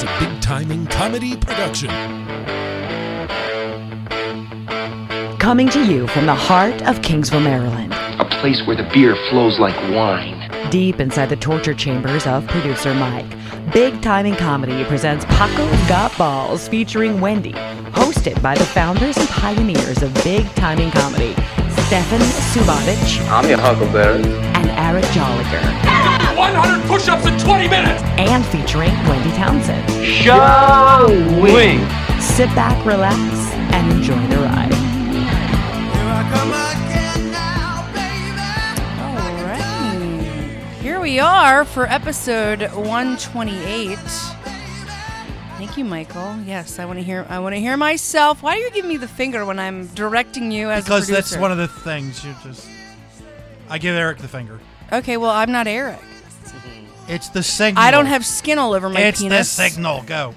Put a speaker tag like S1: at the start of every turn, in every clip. S1: timing comedy production.
S2: Coming to you from the heart of Kingsville, Maryland,
S3: a place where the beer flows like wine.
S2: deep inside the torture chambers of producer Mike, Big Timing Comedy presents Paco Got Balls featuring Wendy, hosted by the founders and pioneers of Big Timing Comedy, Stefan Subotic
S3: I'm your huckleberry.
S2: and Eric Jolliger,
S4: 100 push-ups in 20 minutes.
S2: and featuring Wendy Townsend.
S3: Shall we?
S2: Sit back, relax, and enjoy the ride.
S5: All right. Here we are for episode 128. Thank you, Michael. Yes, I want to hear. I want to hear myself. Why are you giving me the finger when I'm directing you as
S6: because
S5: a
S6: that's one of the things you just. I give Eric the finger.
S5: the. Okay, well, I'm not Eric.
S6: It's the signal.
S5: I don't have skin all over my
S6: It's
S5: penis.
S6: the signal. Go.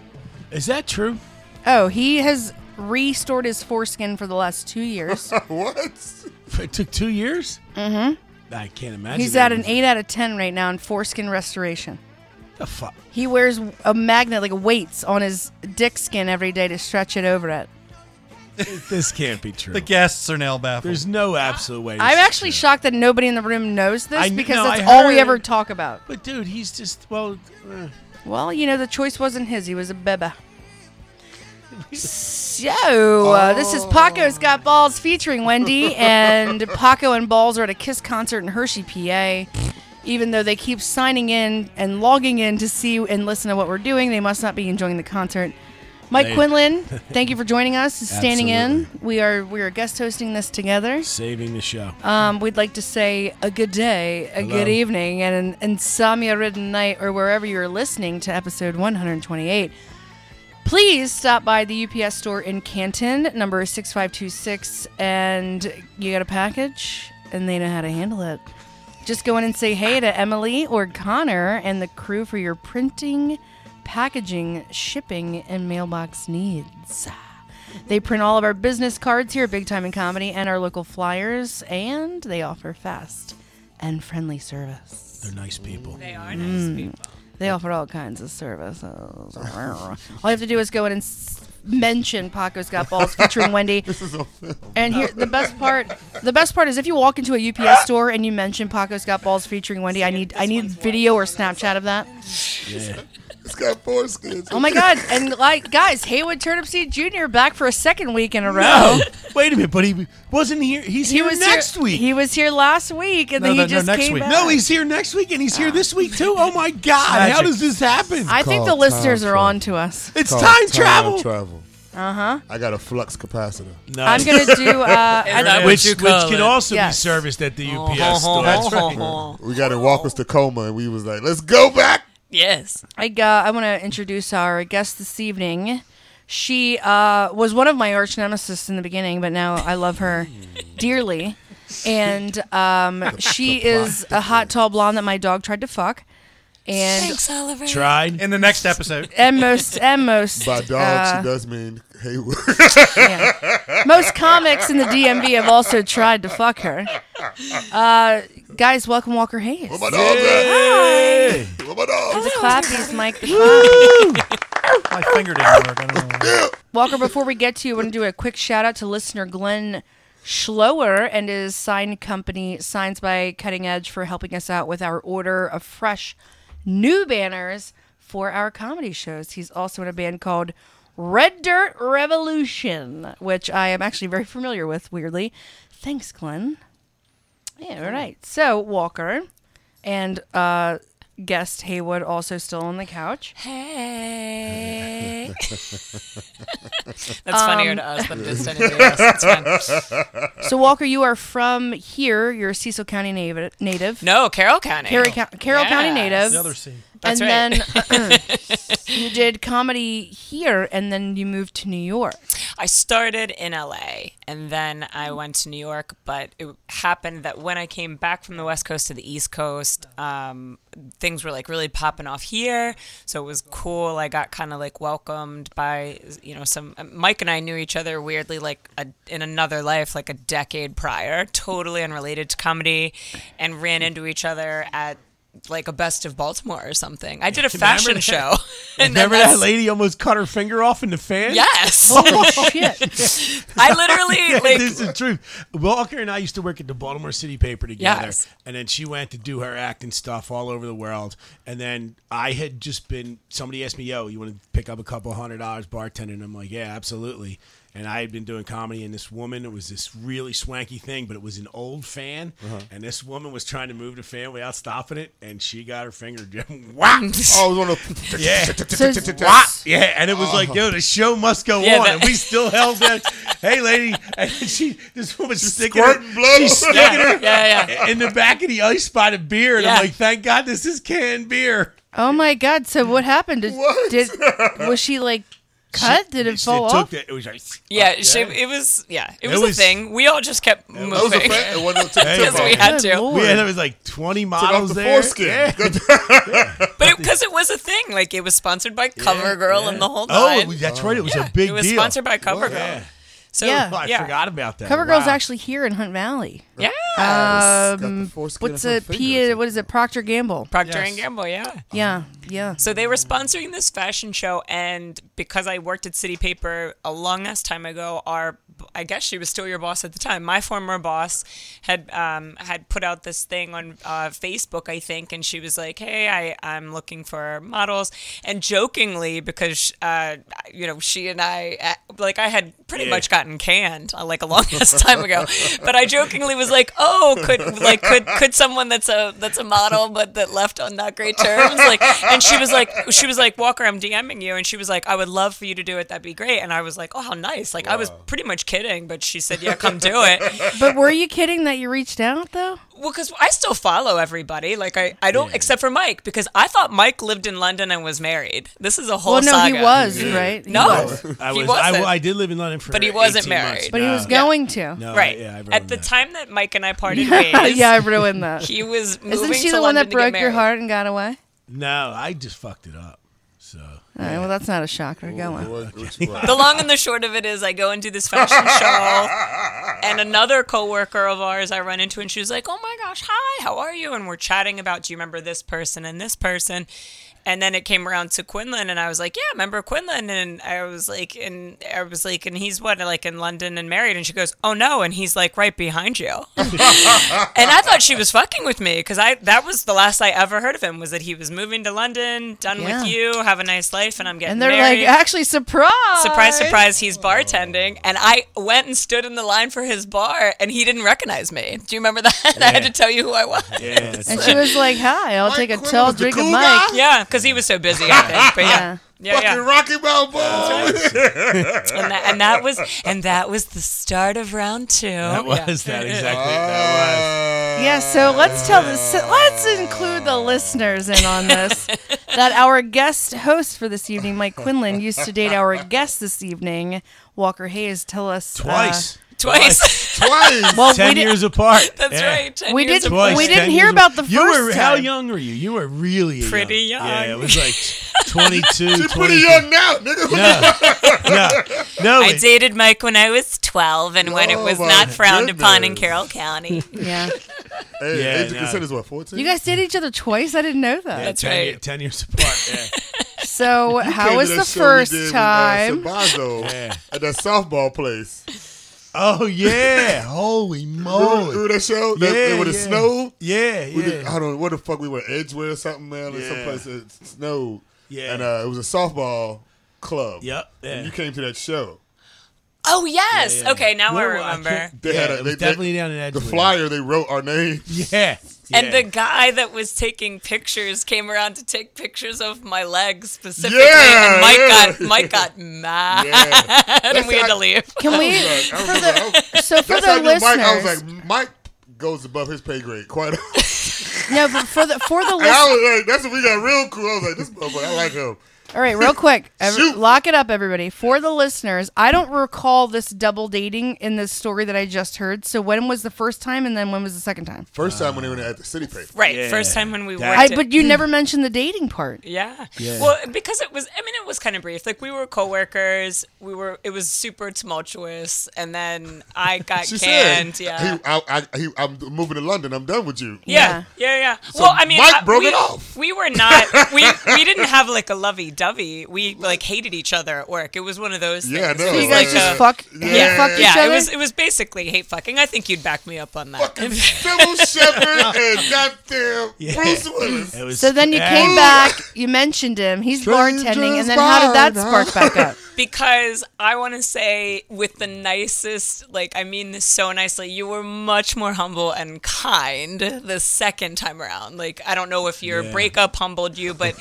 S1: Is that true?
S5: Oh, he has restored his foreskin for the last two years.
S1: It took two years. Mm-hmm. I can't imagine.
S5: He's at an eight out of ten right now in foreskin restoration.
S1: The fuck.
S5: He wears a magnet, like weights, on his dick skin every day to stretch it over it.
S1: This can't be true.
S6: The guests are now baffled.
S1: There's no absolute way.
S5: I'm
S1: this is
S5: actually
S1: true.
S5: shocked that nobody in the room knows this
S1: I kn-
S5: because
S1: no,
S5: that's
S1: I
S5: all we
S1: heard.
S5: ever talk about.
S1: But dude, he's just well. Uh,
S5: Well, you know, the choice wasn't his. He was a beba. So, uh, this is
S1: Oh.
S5: Paco's Got Balls featuring Wendy, and Paco and Balls are at a Kiss concert in Hershey, PA. Even though they keep signing in and logging in to see and listen to what we're doing, they must not be enjoying the concert. Mike
S1: They-
S5: Quinlan, thank you for joining us, standing in.
S1: Absolutely.
S5: We are we are guest hosting this together.
S1: saving the show.
S5: Um, we'd like to say a good day, a
S1: Hello.
S5: good evening, and an insomnia-ridden night, or wherever you're listening to episode 128. Please stop by the UPS store in Canton, number 6526, and you got a package, and they know how to handle it. Just go in and say hey to Emily or Connor and the crew for your printing, packaging, shipping, and mailbox needs. They print all of our business cards here at Big Time in Comedy and our local flyers, and they offer fast and friendly service.
S1: They're nice people.
S5: They offer all kinds of services. all you have to do is go in and s- mention Paco's Got Balls featuring Wendy. This is a film. And here, the best part, the best part is if you walk into a UPS store and you mention Paco's Got Balls featuring Wendy, I need, I need video or Snapchat of that.
S7: It's got foreskins.
S5: Oh my God! And like, guys, Haywood Turnipseed Jr. back for a second week in a row.
S6: No. Wait a minute, but he wasn't here. He's
S5: He
S6: here
S5: was
S6: next
S5: here,
S6: week.
S5: He was here last week, and
S6: No,
S5: then he
S6: no, no,
S5: just
S6: next
S5: came
S6: week.
S5: back.
S1: No, he's here next week and he's here this week too. Oh my god! How
S6: Magic.
S1: does this happen?
S5: I think the
S7: Called
S5: listeners
S7: time
S5: are on to us.
S1: it's time, travel.
S5: Uh-huh.
S7: Uh huh. I got a flux capacitor.
S5: I'm gonna do. Uh, I,
S1: which
S8: you
S1: which
S8: call
S1: can
S8: it.
S1: also
S5: Yes.
S1: be serviced at the
S8: Oh,
S1: UPS store.
S8: That's
S7: We got in Walker's Tacoma, and we was like, "Let's go back."
S8: Yes.
S5: I, uh, I want to introduce our guest this evening. She uh, was one of my arch nemesis in the beginning, but now I love her dearly. And um, she is a hot, tall blonde that my dog tried to fuck. And
S8: Oliver.
S1: Tried.
S6: in the next episode.
S5: and most and most
S7: By dog,
S5: uh,
S7: she does mean Haywood.
S5: Most comics in the DMV have also tried to fuck her. Uh, guys, welcome Walker Hayes.
S7: Where my dog
S1: Hey.
S7: at? Where my dog?
S5: The clappies, Mike. The clap.
S6: My finger didn't work. I don't know. why.
S5: Walker, before we get to you, I want to do a quick shout out to listener Glenn Schlower and his sign company, Signs by Cutting Edge, for helping us out with our order of fresh new banners for our comedy shows. He's also in a band called Red Dirt Revolution, which I am actually very familiar with, weirdly. Thanks, Glenn. Yeah, all right. So, Walker and uh, guest Haywood also still on the couch.
S8: Hey. That's funnier to us than it is to anybody else. It's fine.
S5: Um, So Walker, you are from here. You're a Cecil County native. Native.
S8: No, Carroll County.
S5: Carroll, County, Carroll County
S8: Yes.
S5: native.
S6: The other C.
S8: That's
S5: and then you did comedy here, and then you moved to New York.
S8: I started in LA and then I
S1: Mm.
S8: went to New York, but it happened that when I came back from the West Coast to the East Coast, um, things were like really popping off here. So it was cool. I got kind of like welcomed by, you know, some uh, Mike and I knew each other weirdly like a, in another life, like a decade prior, totally unrelated to comedy, and ran into each other at like a best of Baltimore or something. I did a
S1: Remember
S8: fashion
S1: that?
S8: show. And then
S1: Remember that
S8: that's-
S1: lady almost cut her finger off in the fan?
S8: Yes.
S1: Oh,
S5: Shit.
S8: I literally like
S1: this is the truth. Walker and I used to work at the Baltimore City paper together,
S8: Yes.
S1: and then she went to do her acting stuff all over the world. And then I had just been somebody asked me, "Yo, you want to pick up a couple hundred dollars bartending?" And I'm like, "Yeah, absolutely." And I had been doing comedy, and this woman it was this really swanky thing, but it was an old fan,
S6: Uh-huh.
S1: and this woman was trying to move the fan without stopping it, and she got her finger jammed. Whack!
S7: Oh, it was on a
S1: Yeah.
S7: Wah!
S1: Yeah, and it was like, yo, the show must go
S8: Yeah,
S1: on,
S8: that-
S1: and we still held that. hey, lady, and she this woman's sticking her,
S7: Squirting blood.
S1: she's sticking her
S8: Yeah, yeah.
S1: in the back of the ice spot of beer, and
S8: Yeah.
S1: I'm like, thank God this is canned beer.
S5: Oh my God! So what happened? Did,
S7: What?
S5: did was she like cut? did it fall
S1: took
S5: off?
S1: that- it was like,
S8: yeah, she- it was yeah, it was,
S1: was-
S8: a thing. We all just kept moving
S7: That was a fact. It wasn't a
S1: Hey,
S7: tip
S8: because we
S7: off.
S8: had
S5: Good
S8: to.
S5: Lord.
S1: we had there was like 20 models
S7: the
S1: there.
S7: foreskin.
S1: Yeah.
S8: But because it, was a thing, like it was sponsored by CoverGirl and the whole
S1: Oh,
S8: nine.
S1: that's right. It was
S8: Yeah,
S1: a big
S8: It was
S1: deal.
S8: sponsored by CoverGirl.
S1: Yeah.
S8: So
S5: Yeah.
S1: Oh, I
S8: yeah.
S1: forgot about that.
S5: CoverGirl's
S1: Wow.
S5: actually here in Hunt Valley.
S8: Yeah.
S1: Uh,
S7: Got the
S5: Um,
S7: foreskin
S5: what's
S7: on her
S5: a P?
S7: fingers.
S5: What is it? Procter Gamble.
S8: Procter
S6: Yes.
S8: and Gamble, yeah.
S5: yeah, yeah.
S8: So they were sponsoring this fashion show, and because I worked at City Paper a long ass time ago, our I guess she was still your boss at the time. My former boss had um, had put out this thing on uh, Facebook, I think, and she was like, "Hey, I I'm looking for models," and jokingly because uh, you know she and I uh, like I had pretty much gotten canned uh, like a long ass time ago, but I jokingly was like, "Oh, could like could could someone that's a that's a model but that left on not great terms like and she was like she was like walker i'm dming you and she was like i would love for you to do it that'd be great and i was like oh how nice like i was pretty much kidding but she said yeah come do it
S5: But were you kidding that you reached out though?
S8: well because i still follow everybody like i i don't except for mike because i thought mike lived in london and was married this is a whole
S5: well, no, he
S8: saga.
S5: was right. He
S8: no
S5: was.
S1: I
S8: he
S1: was, I,
S8: wasn't
S1: w- I did live in London for
S8: But he wasn't
S1: 18 months.
S8: married.
S5: but he
S1: No.
S5: was going to.
S1: No,
S8: right
S1: Oh, Yeah, I
S8: at
S1: ruined
S8: the
S1: that.
S8: time that mike and i parted ways
S5: yeah, I ruined that.
S8: he was moving
S5: Isn't she
S8: to
S5: the one
S8: London
S5: that
S8: to get
S5: broke your
S8: married.
S5: heart and got away?
S1: No, I just fucked it up. So
S5: All right, well, that's not a shocker. Go on.
S7: What- what you want?
S8: the long and the short of it is I go into this fashion show and another coworker of ours I run into and she's like, "Oh my gosh, hi. How are you?" and we're chatting about, "Do you remember this person and this person?" And then it came around to Quinlan and I was like, "Yeah, remember Quinlan?" and I was like and I was like, "And he's what? Like in London and married?" and she goes, "Oh no." and he's like right behind you. And I thought she was fucking with me because I that was the last I ever heard of him was that he was moving to London, done
S5: Yeah.
S8: with you, have a nice life, and I'm getting
S5: And they're
S8: married.
S5: like, actually, surprise!
S8: Surprise, surprise, he's bartending. And I went and stood in the line for his bar, and he didn't recognize me. Do you remember that? I had to tell you who I was.
S1: yeah, it's-
S5: And she was like, hi, I'll take a
S7: Quinn
S5: tall
S7: was the
S5: drink of
S7: cool
S5: Mike.
S7: guy?
S8: Yeah, because he was so busy, I think. But yeah. Yeah,
S7: Fucking
S8: yeah.
S7: Rocky Balboa.
S8: And that, and that was and that was the start of round two.
S1: that was that
S5: Uh,
S1: exactly. That was.
S5: Yeah, so let's tell the so let's include the listeners in on this. that our guest host for this evening, Mike Quinlan, used to date our guest this evening, Walker Hayes. Tell us uh,
S1: Twice.
S8: Twice.
S7: Twice.
S5: well, we
S1: Ten
S5: did,
S1: years apart.
S8: That's
S1: Yeah.
S8: right. Ten
S5: We
S8: years
S5: didn't-
S8: apart.
S1: Twice.
S5: we didn't
S1: ten
S5: hear
S1: years
S5: about the
S1: apart. you
S5: first
S1: were, How
S5: time.
S1: young were you? You were really young.
S8: Pretty
S1: Yeah,
S8: young.
S1: it was like 22, 23.
S7: She's pretty young now, nigga.
S1: No, no, no.
S8: I
S1: it-
S8: dated Mike when I was twelve and when it
S7: Oh,
S8: was
S7: my
S8: not frowned upon in
S7: goodness.
S8: Carroll County.
S5: Yeah.
S7: Hey,
S1: Yeah,
S7: age of
S1: no.
S7: consent is what, 14?
S5: You guys dated each other twice? I didn't know that.
S8: That's
S1: ten,
S8: right.
S1: ye- Ten years apart. Yeah.
S5: So how
S7: Came
S5: was
S7: to
S5: the
S7: that show we
S5: first
S7: did with, uh,
S5: time?
S7: Sabazo
S1: Yeah.
S7: At that softball place.
S1: Oh yeah! Holy
S7: Remember,
S1: moly!
S7: remember that show? That,
S1: Yeah,
S7: when it
S1: yeah.
S7: snowed?
S1: Yeah,
S7: We did,
S1: yeah.
S7: I don't know what the fuck we were Edgeway or something, man, or
S1: Yeah.
S7: someplace that snowed.
S1: Yeah.
S7: and uh, it was a softball club.
S1: Yep, yeah.
S7: And you came to that show.
S8: Oh yes.
S1: Yeah.
S8: Okay, now
S1: Where-
S8: I remember.
S1: can't-
S7: They
S1: yeah,
S7: had a,
S1: it
S7: they,
S1: was definitely
S7: they,
S1: down in
S7: The
S1: Edgewood.
S7: flyer they wrote our name.
S1: Yeah.
S8: And
S1: yeah.
S8: the guy that was taking pictures came around to take pictures of my legs specifically,
S7: Yeah,
S8: and Mike
S7: yeah.
S8: got Mike got mad,
S7: Yeah.
S8: and we had to leave.
S5: Can we?
S7: I was like, I was-
S5: So for
S7: that's
S5: the
S7: how I knew
S5: listeners,
S7: Mike. I was like, Mike goes above his pay grade quite. often.
S5: no, but for the for the
S7: And I
S5: listeners,
S7: was like, that's when we got real cool. I was like, this motherfucker, I like him.
S5: All right, real quick. Ev- lock it up, everybody. For the listeners, I don't recall this double dating in this story that I just heard. So when was the first time, and then when was the second time?
S7: First time when they were at the city paper.
S8: Right,
S1: Yeah.
S8: first time when we
S1: That-
S8: worked.
S5: I,
S8: it-
S5: but you never mentioned the dating part.
S8: Yeah. Well, because it was, I mean, it was kind of brief. Like we were coworkers. We were. It was super tumultuous, and then I got
S7: She
S8: canned.
S7: said,
S8: yeah.
S7: he, I, I, he, I'm moving to London. I'm done with you.
S8: yeah. Yeah. Yeah. well, I mean,
S7: Mike
S8: I-
S7: broke
S8: we,
S7: it off.
S8: We were not. We we didn't have like a lovey dovey. We like hated each other at work. It was one of those.
S7: Yeah, I
S8: things.
S7: know,
S8: It
S5: So
S8: was
S5: you guys
S8: like
S5: just
S8: a-
S5: fuck,
S8: Yeah.
S5: fuck each
S8: yeah,
S5: other.
S8: it was it was basically hate fucking. I think you'd back me up on that.
S7: Fucking Sybil Shepherd and goddamn Bruce Willis.
S1: It was-
S5: so then you
S1: Yeah.
S5: came back. You mentioned him. He's bartending, and then how did that spark back up?
S8: because I want to say with the nicest, like I mean this so nicely, you were much more humble and kind the second time around. Like I don't know if your breakup humbled you, but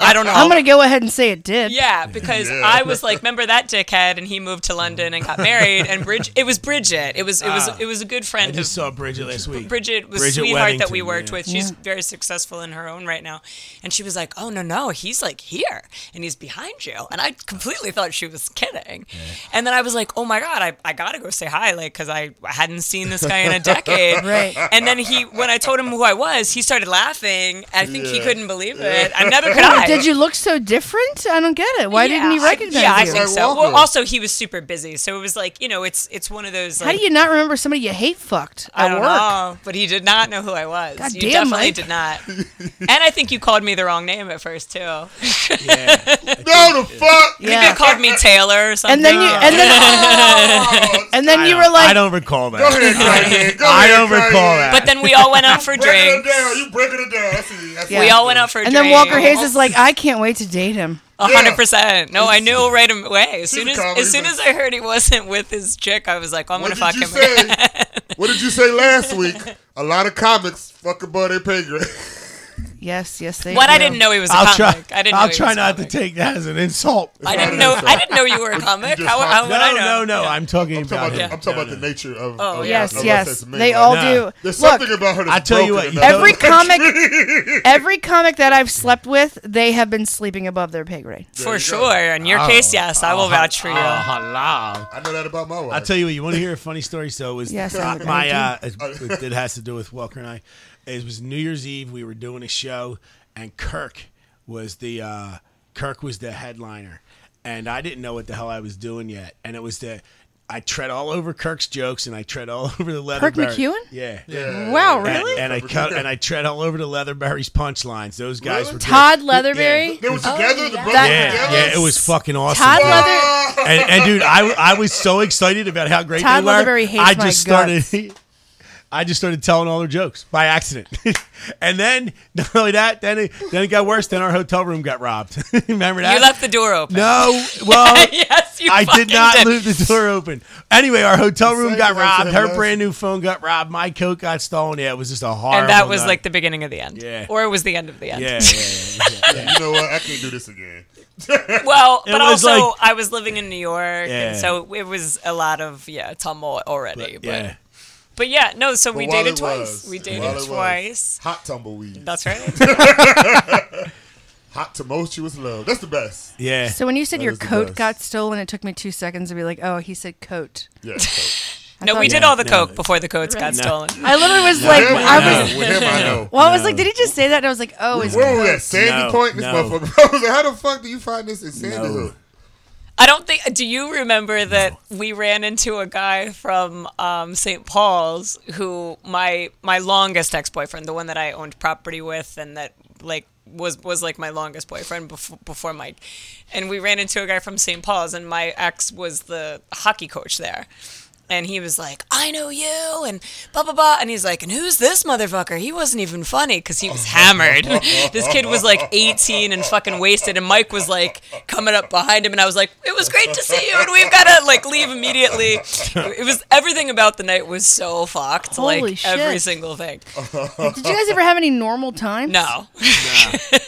S8: I don't know.
S5: I'm gonna go ahead and say it did.
S8: yeah, because I was like, remember that dickhead, and he moved to London and got married. And Bridge, it was Bridget. It was it was it was a good friend.
S1: I just
S8: of,
S1: saw Bridget last week.
S8: Bridget was
S1: Bridget
S8: sweetheart that we
S1: Weddington,
S8: worked
S1: yeah.
S8: with. She's very successful in her own right now. And she was like, "Oh no, no, he's like here and he's behind you." And I completely thought she was kidding. And then I was like, "Oh my god, I, I got to go say hi like cuz I hadn't seen this guy in a decade."
S5: Right.
S8: And then he when I told him who I was, he started laughing. I think he
S7: Yeah.
S8: couldn't believe it. And neither could I.
S5: Did you look so different? I don't get it. Why didn't he
S8: Yeah, I-
S5: recognize
S8: Yeah, I
S5: you?
S8: think
S7: Like
S8: so.
S7: Walker.
S8: Well, also he was super busy, so it was like you know, it's it's one of those. Like,
S5: How do you not remember somebody you hate fucked at
S8: I don't
S5: work?
S8: know, but he did not know who I was.
S5: God
S8: you
S5: damn,
S8: definitely
S5: Mike.
S8: did not. And I think you called me the wrong name at first too. I
S1: Yeah.
S7: No, the fuck.
S8: think
S5: Yeah.
S8: you called me Taylor or something.
S5: And then you and then and then you were
S1: I
S5: like,
S1: don't recall that.
S7: Go ahead, Kanye. Go
S1: I
S7: ahead,
S1: don't
S7: Kanye.
S1: recall that.
S8: but then we all went out for
S7: Breaking it
S8: drinks.
S7: down. You breaking it down. I see. I see.
S5: Yeah.
S8: We all went out for
S5: and
S8: drinks.
S5: then Walker Hayes is like, I can't wait to date him.
S8: hundred percent. No, I knew right away.
S7: She's
S8: As soon
S7: a
S8: as
S7: comedy
S8: as soon
S7: bitch.
S8: as I heard he wasn't with his chick, I was like, oh, I'm
S7: What
S8: gonna
S7: did
S8: fuck
S7: you
S8: him.
S7: say? What did you say last week? A lot of comics fuck above their pay grade.
S5: Yes, yes, they.
S8: What
S5: do.
S8: I didn't know he was a
S1: I'll try.
S8: comic. I didn't.
S1: I'll
S8: know he
S1: try
S8: was a
S1: not
S8: comic.
S1: to take that as an insult.
S8: I
S7: Not
S8: didn't
S7: an
S8: know.
S7: insult.
S8: I didn't know you were a comic.
S7: just
S8: How,
S7: hop-
S8: how would
S1: No,
S8: I
S1: no,
S8: know?
S1: no. I'm talking
S7: I'm talking
S1: about.
S7: about,
S1: him.
S7: I'm talking
S1: No,
S7: about the
S1: no.
S7: nature of.
S8: Oh,
S7: of-
S8: yeah.
S5: Yes,
S7: of
S5: yes,
S7: us as men.
S5: they all
S1: Nah.
S5: do.
S7: There's
S5: Look,
S7: something about her. That's
S1: I tell you
S7: broken
S1: what,
S7: and
S5: every
S7: not-
S5: comic, every comic that I've slept with, they have been sleeping above their pay grade.
S7: There
S8: For
S7: you go.
S8: sure. In your case, yes, I will vouch for you.
S1: Oh, hello.
S7: I know that about my wife.
S1: I'll tell you what. You want to hear a funny story? So it was
S5: Yes, I
S1: uh,
S5: would
S1: my uh,
S5: like
S1: it it has to do with Walker and I. It was New Year's Eve. We were doing a show, and Kirk was the uh, Kirk was the headliner, and I didn't know what the hell I was doing yet. And it was the I tread all over Kirk's jokes, and I tread all over the leather.
S5: Kirk McEwen?
S1: Yeah.
S5: Wow,
S1: And-
S5: really?
S1: And, I cut and I tread all over the Leatherberry's punchlines. Those guys
S7: Really?
S1: were good.
S5: Todd Leatherberry,
S7: They were
S8: Oh,
S7: together. The brothers
S1: Yeah,
S7: together.
S1: yeah, it was fucking awesome.
S5: Todd
S1: dude.
S5: Leather,
S1: and, and dude, I, I was so excited about how great
S5: Todd
S1: they were.
S5: Leatherberry hates
S1: I
S5: my
S1: just started. I just started telling all their jokes by accident, and then not only that, then it, then it got worse. Then our hotel room got robbed. Remember that?
S8: You left the door open.
S1: No, well,
S8: yes, you
S1: Uh, I
S8: fucking
S1: did not
S8: did.
S1: leave the door open. Anyway, our hotel room
S7: Same
S1: got
S7: as I
S1: robbed.
S7: said
S1: Her
S7: last-
S1: brand new phone got robbed. My coat got stolen. Yeah, it was just a horrible.
S8: And that was
S1: night.
S8: like the beginning of the end.
S1: Yeah.
S8: Or it was the end of the end.
S1: yeah, yeah, yeah, yeah.
S7: You know what? I can't do this again.
S8: Well,
S1: It
S8: but
S1: was
S8: also
S1: like-
S8: I was living in New York
S1: Yeah.
S8: and so it was a lot of yeah, tumult already. But but yeah,
S1: yeah.
S8: no, so we
S7: But while it
S8: dated twice.
S7: was-
S8: We
S7: while it
S8: dated
S7: was,
S8: twice.
S7: Hot tumbleweed.
S8: That's right.
S7: Hot tumultuous love. That's the best.
S1: yeah.
S5: So when you said your
S7: is the
S5: coat
S7: best.
S5: got stolen, it took me two seconds to be like, oh, he said coat.
S7: Yeah.
S5: I
S8: no,
S5: thought-
S8: we did all the coke before the coats got
S1: No.
S8: stolen.
S5: I literally was like,
S7: Him,
S5: I
S7: know.
S5: was.
S7: With him, I know.
S5: Well, I was like, did he just say that? And I was like, oh, his
S7: Where were we
S5: coat.
S7: at? Sandy
S1: No,
S7: Point? This
S1: no.
S7: motherfucker. I was like, how the fuck do you find this in Sandy
S1: No.
S7: Hook?
S8: I don't think. Do you remember that we ran into a guy from um, St. Paul's who my my longest ex boyfriend, the one that I owned property with, and that like was was like my longest boyfriend before before Mike, and we ran into a guy from St. Paul's, and my ex was the hockey coach there. And he was like, I know you, and blah, blah, blah. And he's like, and who's this motherfucker? He wasn't even funny because he was hammered. this kid was like 18 and fucking wasted. And Mike was like coming up behind him. And I was like, it was great to see you. And we've got to like leave immediately. It was everything about the night was so fucked.
S5: Holy
S8: like every
S5: shit.
S8: single thing.
S5: Did you guys ever have any normal times?
S8: No.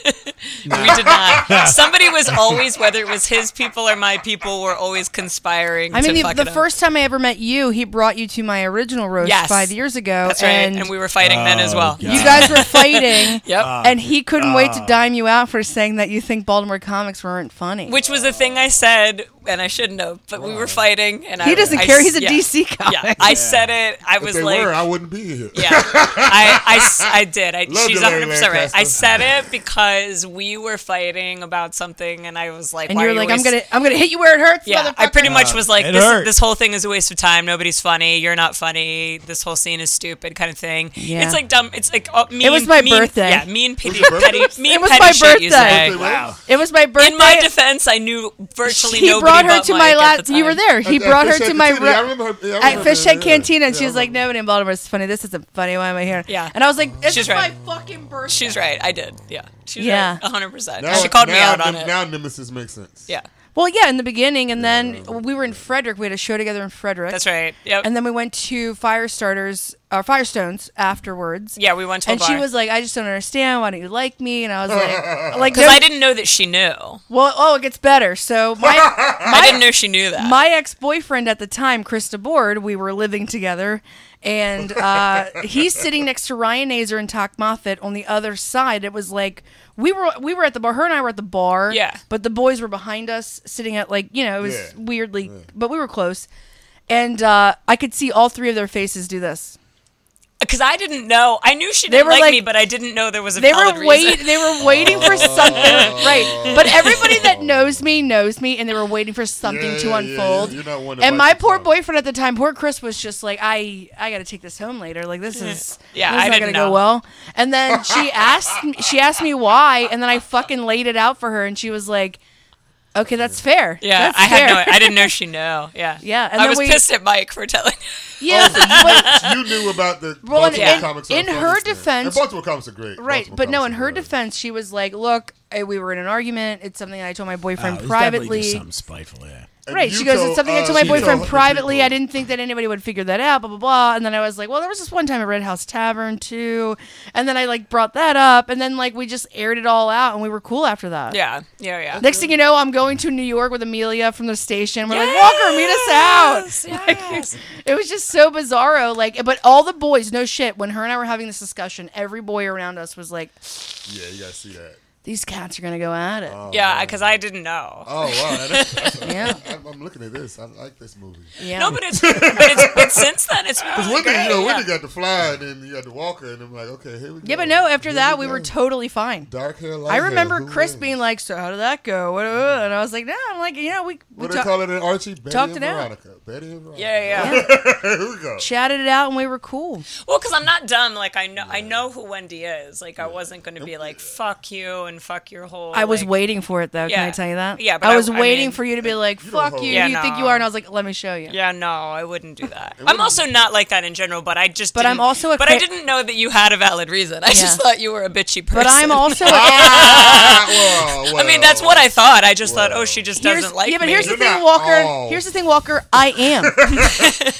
S8: We did not. Somebody was always, whether it was his people or my people, were always conspiring.
S5: I mean,
S8: to
S5: the,
S8: fuck
S5: the
S8: it up.
S5: first time I ever met you, he brought you to my original roast
S8: Yes.
S5: five years ago,
S8: That's right.
S5: and,
S8: And, we were fighting then as well.
S1: God.
S5: you guys were fighting.
S8: Yep.
S7: Uh, Ah,
S5: And he couldn't wait to dime you out for saying that you think Baltimore comics weren't funny.
S8: Which was the thing I said, and I shouldn't have, but we were fighting. And
S5: He
S8: I,
S5: doesn't
S8: I-
S5: care. He's a
S8: yeah.
S5: DC comic.
S8: Yeah, I said it. I
S7: If
S8: was
S7: they
S8: like,
S7: were, uh, I wouldn't be here.
S8: Yeah, I, I s- I did. I,
S7: Love
S8: she's
S7: you, Larry
S8: 100 percent right. I
S7: Lancaster.
S8: said it because we were fighting about something, and I was like,
S5: and
S8: "Why
S5: you're
S8: are you
S5: like, I'm
S8: always-"
S5: gonna, I'm gonna hit you where it hurts.
S8: Yeah,
S5: motherfucker."
S8: I pretty much was like,
S6: it
S8: this,
S6: hurt.
S8: this whole thing is a waste of time. Nobody's funny. You're not funny. This whole scene is stupid, kind of thing.
S5: Yeah.
S8: It's like dumb. It's like uh, mean.
S5: was my
S8: mean-
S5: birthday.
S8: Yeah, mean petty.
S7: your birthday?
S8: petty mean
S5: It was
S8: petty
S5: my
S8: shit you
S5: birthday.
S8: say.
S7: Birthday,
S1: Wow.
S5: It was my birthday.
S8: In my defense, I knew virtually
S5: he
S8: nobody.
S5: brought her
S8: but
S5: to
S8: Mike
S5: my
S8: at
S5: last.
S8: the
S5: You were
S8: time.
S5: there. He
S7: At- at
S5: brought her
S7: Fishhead
S5: to my.
S7: Cantina.
S5: ro-
S7: I remember her. Yeah, I
S5: at
S7: remember her,
S5: Fish Head
S7: yeah.
S5: Cantina, and
S7: Yeah,
S5: she
S7: I
S5: was like,
S7: remember.
S5: "Nobody in Baltimore is funny. This isn't funny. Why am I here?"
S8: Yeah.
S5: and I was like, "This
S8: She's
S5: is
S8: right.
S5: my fucking birthday."
S8: She's right. I did. Yeah. She's
S5: Yeah.
S8: yeah. right. 100%.
S7: Now-
S8: she called me
S7: now
S8: out on
S7: Nem-
S8: it.
S7: Now Nemesis makes sense.
S8: yeah.
S5: Well, yeah, in the beginning, and then we were in Frederick. We had a show together in Frederick.
S8: That's right. Yep.
S5: And then we went to Firestarters, uh, Firestones afterwards.
S8: Yeah, we went to a
S5: And she
S8: bar.
S5: was like, "I just don't understand. Why don't you like me?" And I was like, "Like,
S8: Because I
S5: no-
S8: didn't know that she knew.
S5: Well, oh, it gets better. So my
S8: I didn't know she knew that.
S5: my ex boyfriend at the time, Chris DeBoard, we were living together, and uh, he's sitting next to Ryan Nazer and Talk Moffat on the other side. It was like we were we were at the bar. Her and I were at the bar.
S8: Yeah.
S5: But the boys were behind us, sitting at like you know it was
S7: Yeah.
S5: weirdly, but we were close, and uh, I could see all three of their faces do this.
S8: Because I didn't know. I knew she
S5: They
S8: didn't
S5: were
S8: like,
S5: like-
S8: me, but I didn't know there was a
S5: They
S8: valid
S5: were wait.
S8: reason.
S5: They were waiting
S7: Oh.
S5: for something, right? But everybody that knows me knows me, and they were waiting for something
S7: Yeah,
S5: to
S7: yeah, yeah,
S5: unfold.
S7: you're not one to
S5: and
S7: bite
S5: my
S7: the
S5: poor
S7: tongue.
S5: boyfriend at the time, poor Chris, was just like, "I, I got to take this home later. Like this is,
S8: Yeah,
S5: this
S8: I
S5: is not
S8: didn't
S5: gonna go
S8: know.
S5: well." And then she asked, me, she asked me why, and then I fucking laid it out for her, and she was like, "Okay, that's fair.
S8: Yeah,
S5: that's
S8: I
S5: fair.
S8: had no. I didn't know she knew. Yeah.
S5: Yeah, and
S8: I
S5: then
S8: was
S5: we-
S8: pissed at Mike for telling.
S5: yeah, but-
S7: You knew about the
S5: Well, in-
S7: Baltimore
S5: in-
S7: comics.
S5: in her defense-
S7: and Baltimore comics are great.
S5: right.
S7: Baltimore
S5: But no,
S7: comics
S5: in
S7: are
S5: her
S7: great.
S5: defense, she was like, "Look, I, we were in an argument. It's something I told my boyfriend
S1: Oh, it's definitely
S5: privately."
S1: just something spiteful. Yeah.
S7: And
S5: Right.
S7: you
S5: She goes,
S7: told
S5: it's something I
S7: us-
S5: told my
S7: you
S5: boyfriend
S7: told the
S5: privately.
S7: people.
S5: I didn't think that anybody would figure that out, blah, blah, blah. And then I was like, well, there was this one time at Red House Tavern, too. And then I like brought that up. And then like we just aired it all out and we were cool after that.
S8: Yeah, yeah, yeah.
S5: Next thing you know, I'm going to New York with Amelia from the station. We're like, Walker, meet us out.
S8: Yes, yes.
S5: It was just so bizarro. Like, but all the boys, no shit, when her and I were having this discussion, every boy around us was like,
S7: Yeah, you gotta see that.
S5: these cats are going to go at it.
S8: yeah, because I didn't know.
S7: Oh wow, that's, that's,
S5: yeah.
S7: I'm, I'm looking at this. I like this movie.
S5: Yeah.
S8: No, but it's, but it's but since then it's really
S7: Because Wendy,
S8: great,
S7: you know,
S8: yeah.
S7: Wendy got the fly, and then you got the Walker, and I'm like, okay, here we go.
S5: yeah, but no, after
S7: Here
S5: that, we
S7: go.
S5: were totally fine.
S7: dark hair. Light
S5: I
S7: hair,
S5: remember
S7: who
S5: Chris
S7: wins?
S5: being like, "So how did that go?" What- uh," And I was like, "No, I'm like, you know, we we
S7: What they
S5: ta-
S7: call it in Archie? Betty
S5: talked
S7: and
S5: it out.
S7: Veronica. Betty and Veronica.
S8: Yeah, yeah.
S7: here we go.
S5: chatted it out, and we were cool."
S8: well, because I'm not dumb. Like I know, I know who Wendy is. Like I wasn't going to be like fuck you and fuck your whole.
S5: I was
S8: like-
S5: waiting for it though. Can I
S8: Yeah.
S5: tell you that?
S8: Yeah, but
S5: I
S8: I-
S5: was
S8: I
S5: waiting
S8: mean-
S5: for you to be like,
S7: don't
S5: "Fuck
S7: hold-
S5: you,
S8: Yeah,
S5: you
S8: no.
S5: think you are?" And I was like, "Let me show you."
S8: Yeah, no, I wouldn't do that. I'm also not like that in general, but I just.
S5: But I'm
S8: didn't-
S5: also a
S8: But
S5: cra-
S8: I didn't know that you had a valid reason. I just
S5: Yeah.
S8: thought you were a bitchy person.
S5: But I'm also.
S7: Ah, well,
S8: I mean, that's
S7: well.
S8: what I thought. I just thought, oh, she just
S5: Here's-
S8: doesn't like
S5: yeah, but
S8: me.
S5: here's the
S7: You're
S5: thing,
S7: not
S5: Walker.
S7: all.
S5: Here's the thing, Walker. I am.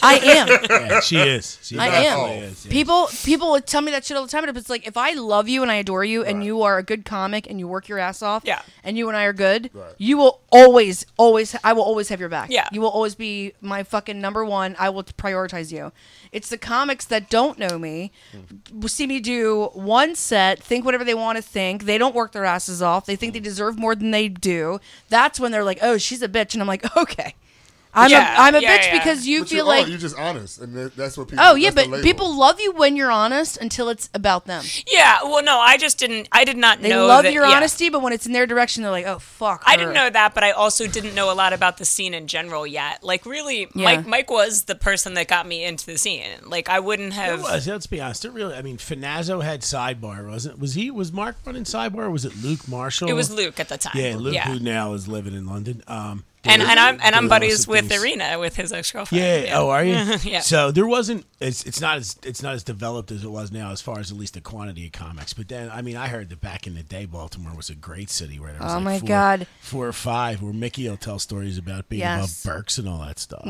S5: I am.
S1: Yeah, she is. She
S5: I
S1: definitely
S7: am.
S1: is, yeah.
S5: People, people would tell me that shit all the time. But it's like, if I love you and I adore you, and you are a good comic and you work your ass off,
S8: Yeah.
S5: and you and I are good,
S7: Right.
S5: you will always, always, I will always have your back.
S8: Yeah.
S5: you will always be my fucking number one. I will prioritize you. It's the comics that don't know me,
S7: Hmm.
S5: see me do one set, think whatever they want to think. They don't work their asses off. They
S7: Hmm.
S5: think they deserve more than they do. That's when they're like, "Oh, she's a bitch," and I'm like, "Okay." I'm
S8: Yeah,
S5: a I'm a
S8: yeah,
S5: bitch
S8: yeah.
S5: because you
S7: But
S5: feel
S7: you
S5: like
S7: are, you're just honest, and that, that's what people.
S5: Oh yeah,
S7: that's the
S5: but
S7: label.
S5: people love you when you're honest until it's about them.
S8: yeah, well, no, I just didn't. I did not
S5: They
S8: know.
S5: love
S8: that-
S5: your
S8: yeah.
S5: honesty, but when it's in their direction, they're like, "Oh fuck."
S8: I
S5: her."
S8: didn't know that, but I also didn't know a lot about the scene in general yet. Like, really, Mike Mike was the person that got me into the scene. Like, I wouldn't
S1: It
S8: have.
S1: was. Let's be honest. It really. I mean, Finazzo had sidebar, wasn't? Was he? Was Mark running sidebar? Or was it Luke Marshall?
S8: It was Luke at the time.
S1: Yeah, Luke, who now is living in London. Um,
S8: and and I'm and I'm
S1: There were
S8: buddies
S1: some
S8: with
S1: things-
S8: Irina with his ex girlfriend.
S1: Yeah. Oh, are you?
S8: Yeah.
S1: So there wasn't. It's it's not as it's not as developed as it was now, as far as at least the quantity of comics. But then, I mean, I heard that back in the day, Baltimore was a great city where there was
S5: Oh,
S1: like
S5: my
S1: four,
S5: God.
S1: four or five, where Mickey will tell stories about being
S5: Yes. Mm-hmm.
S1: above Burks and all that stuff.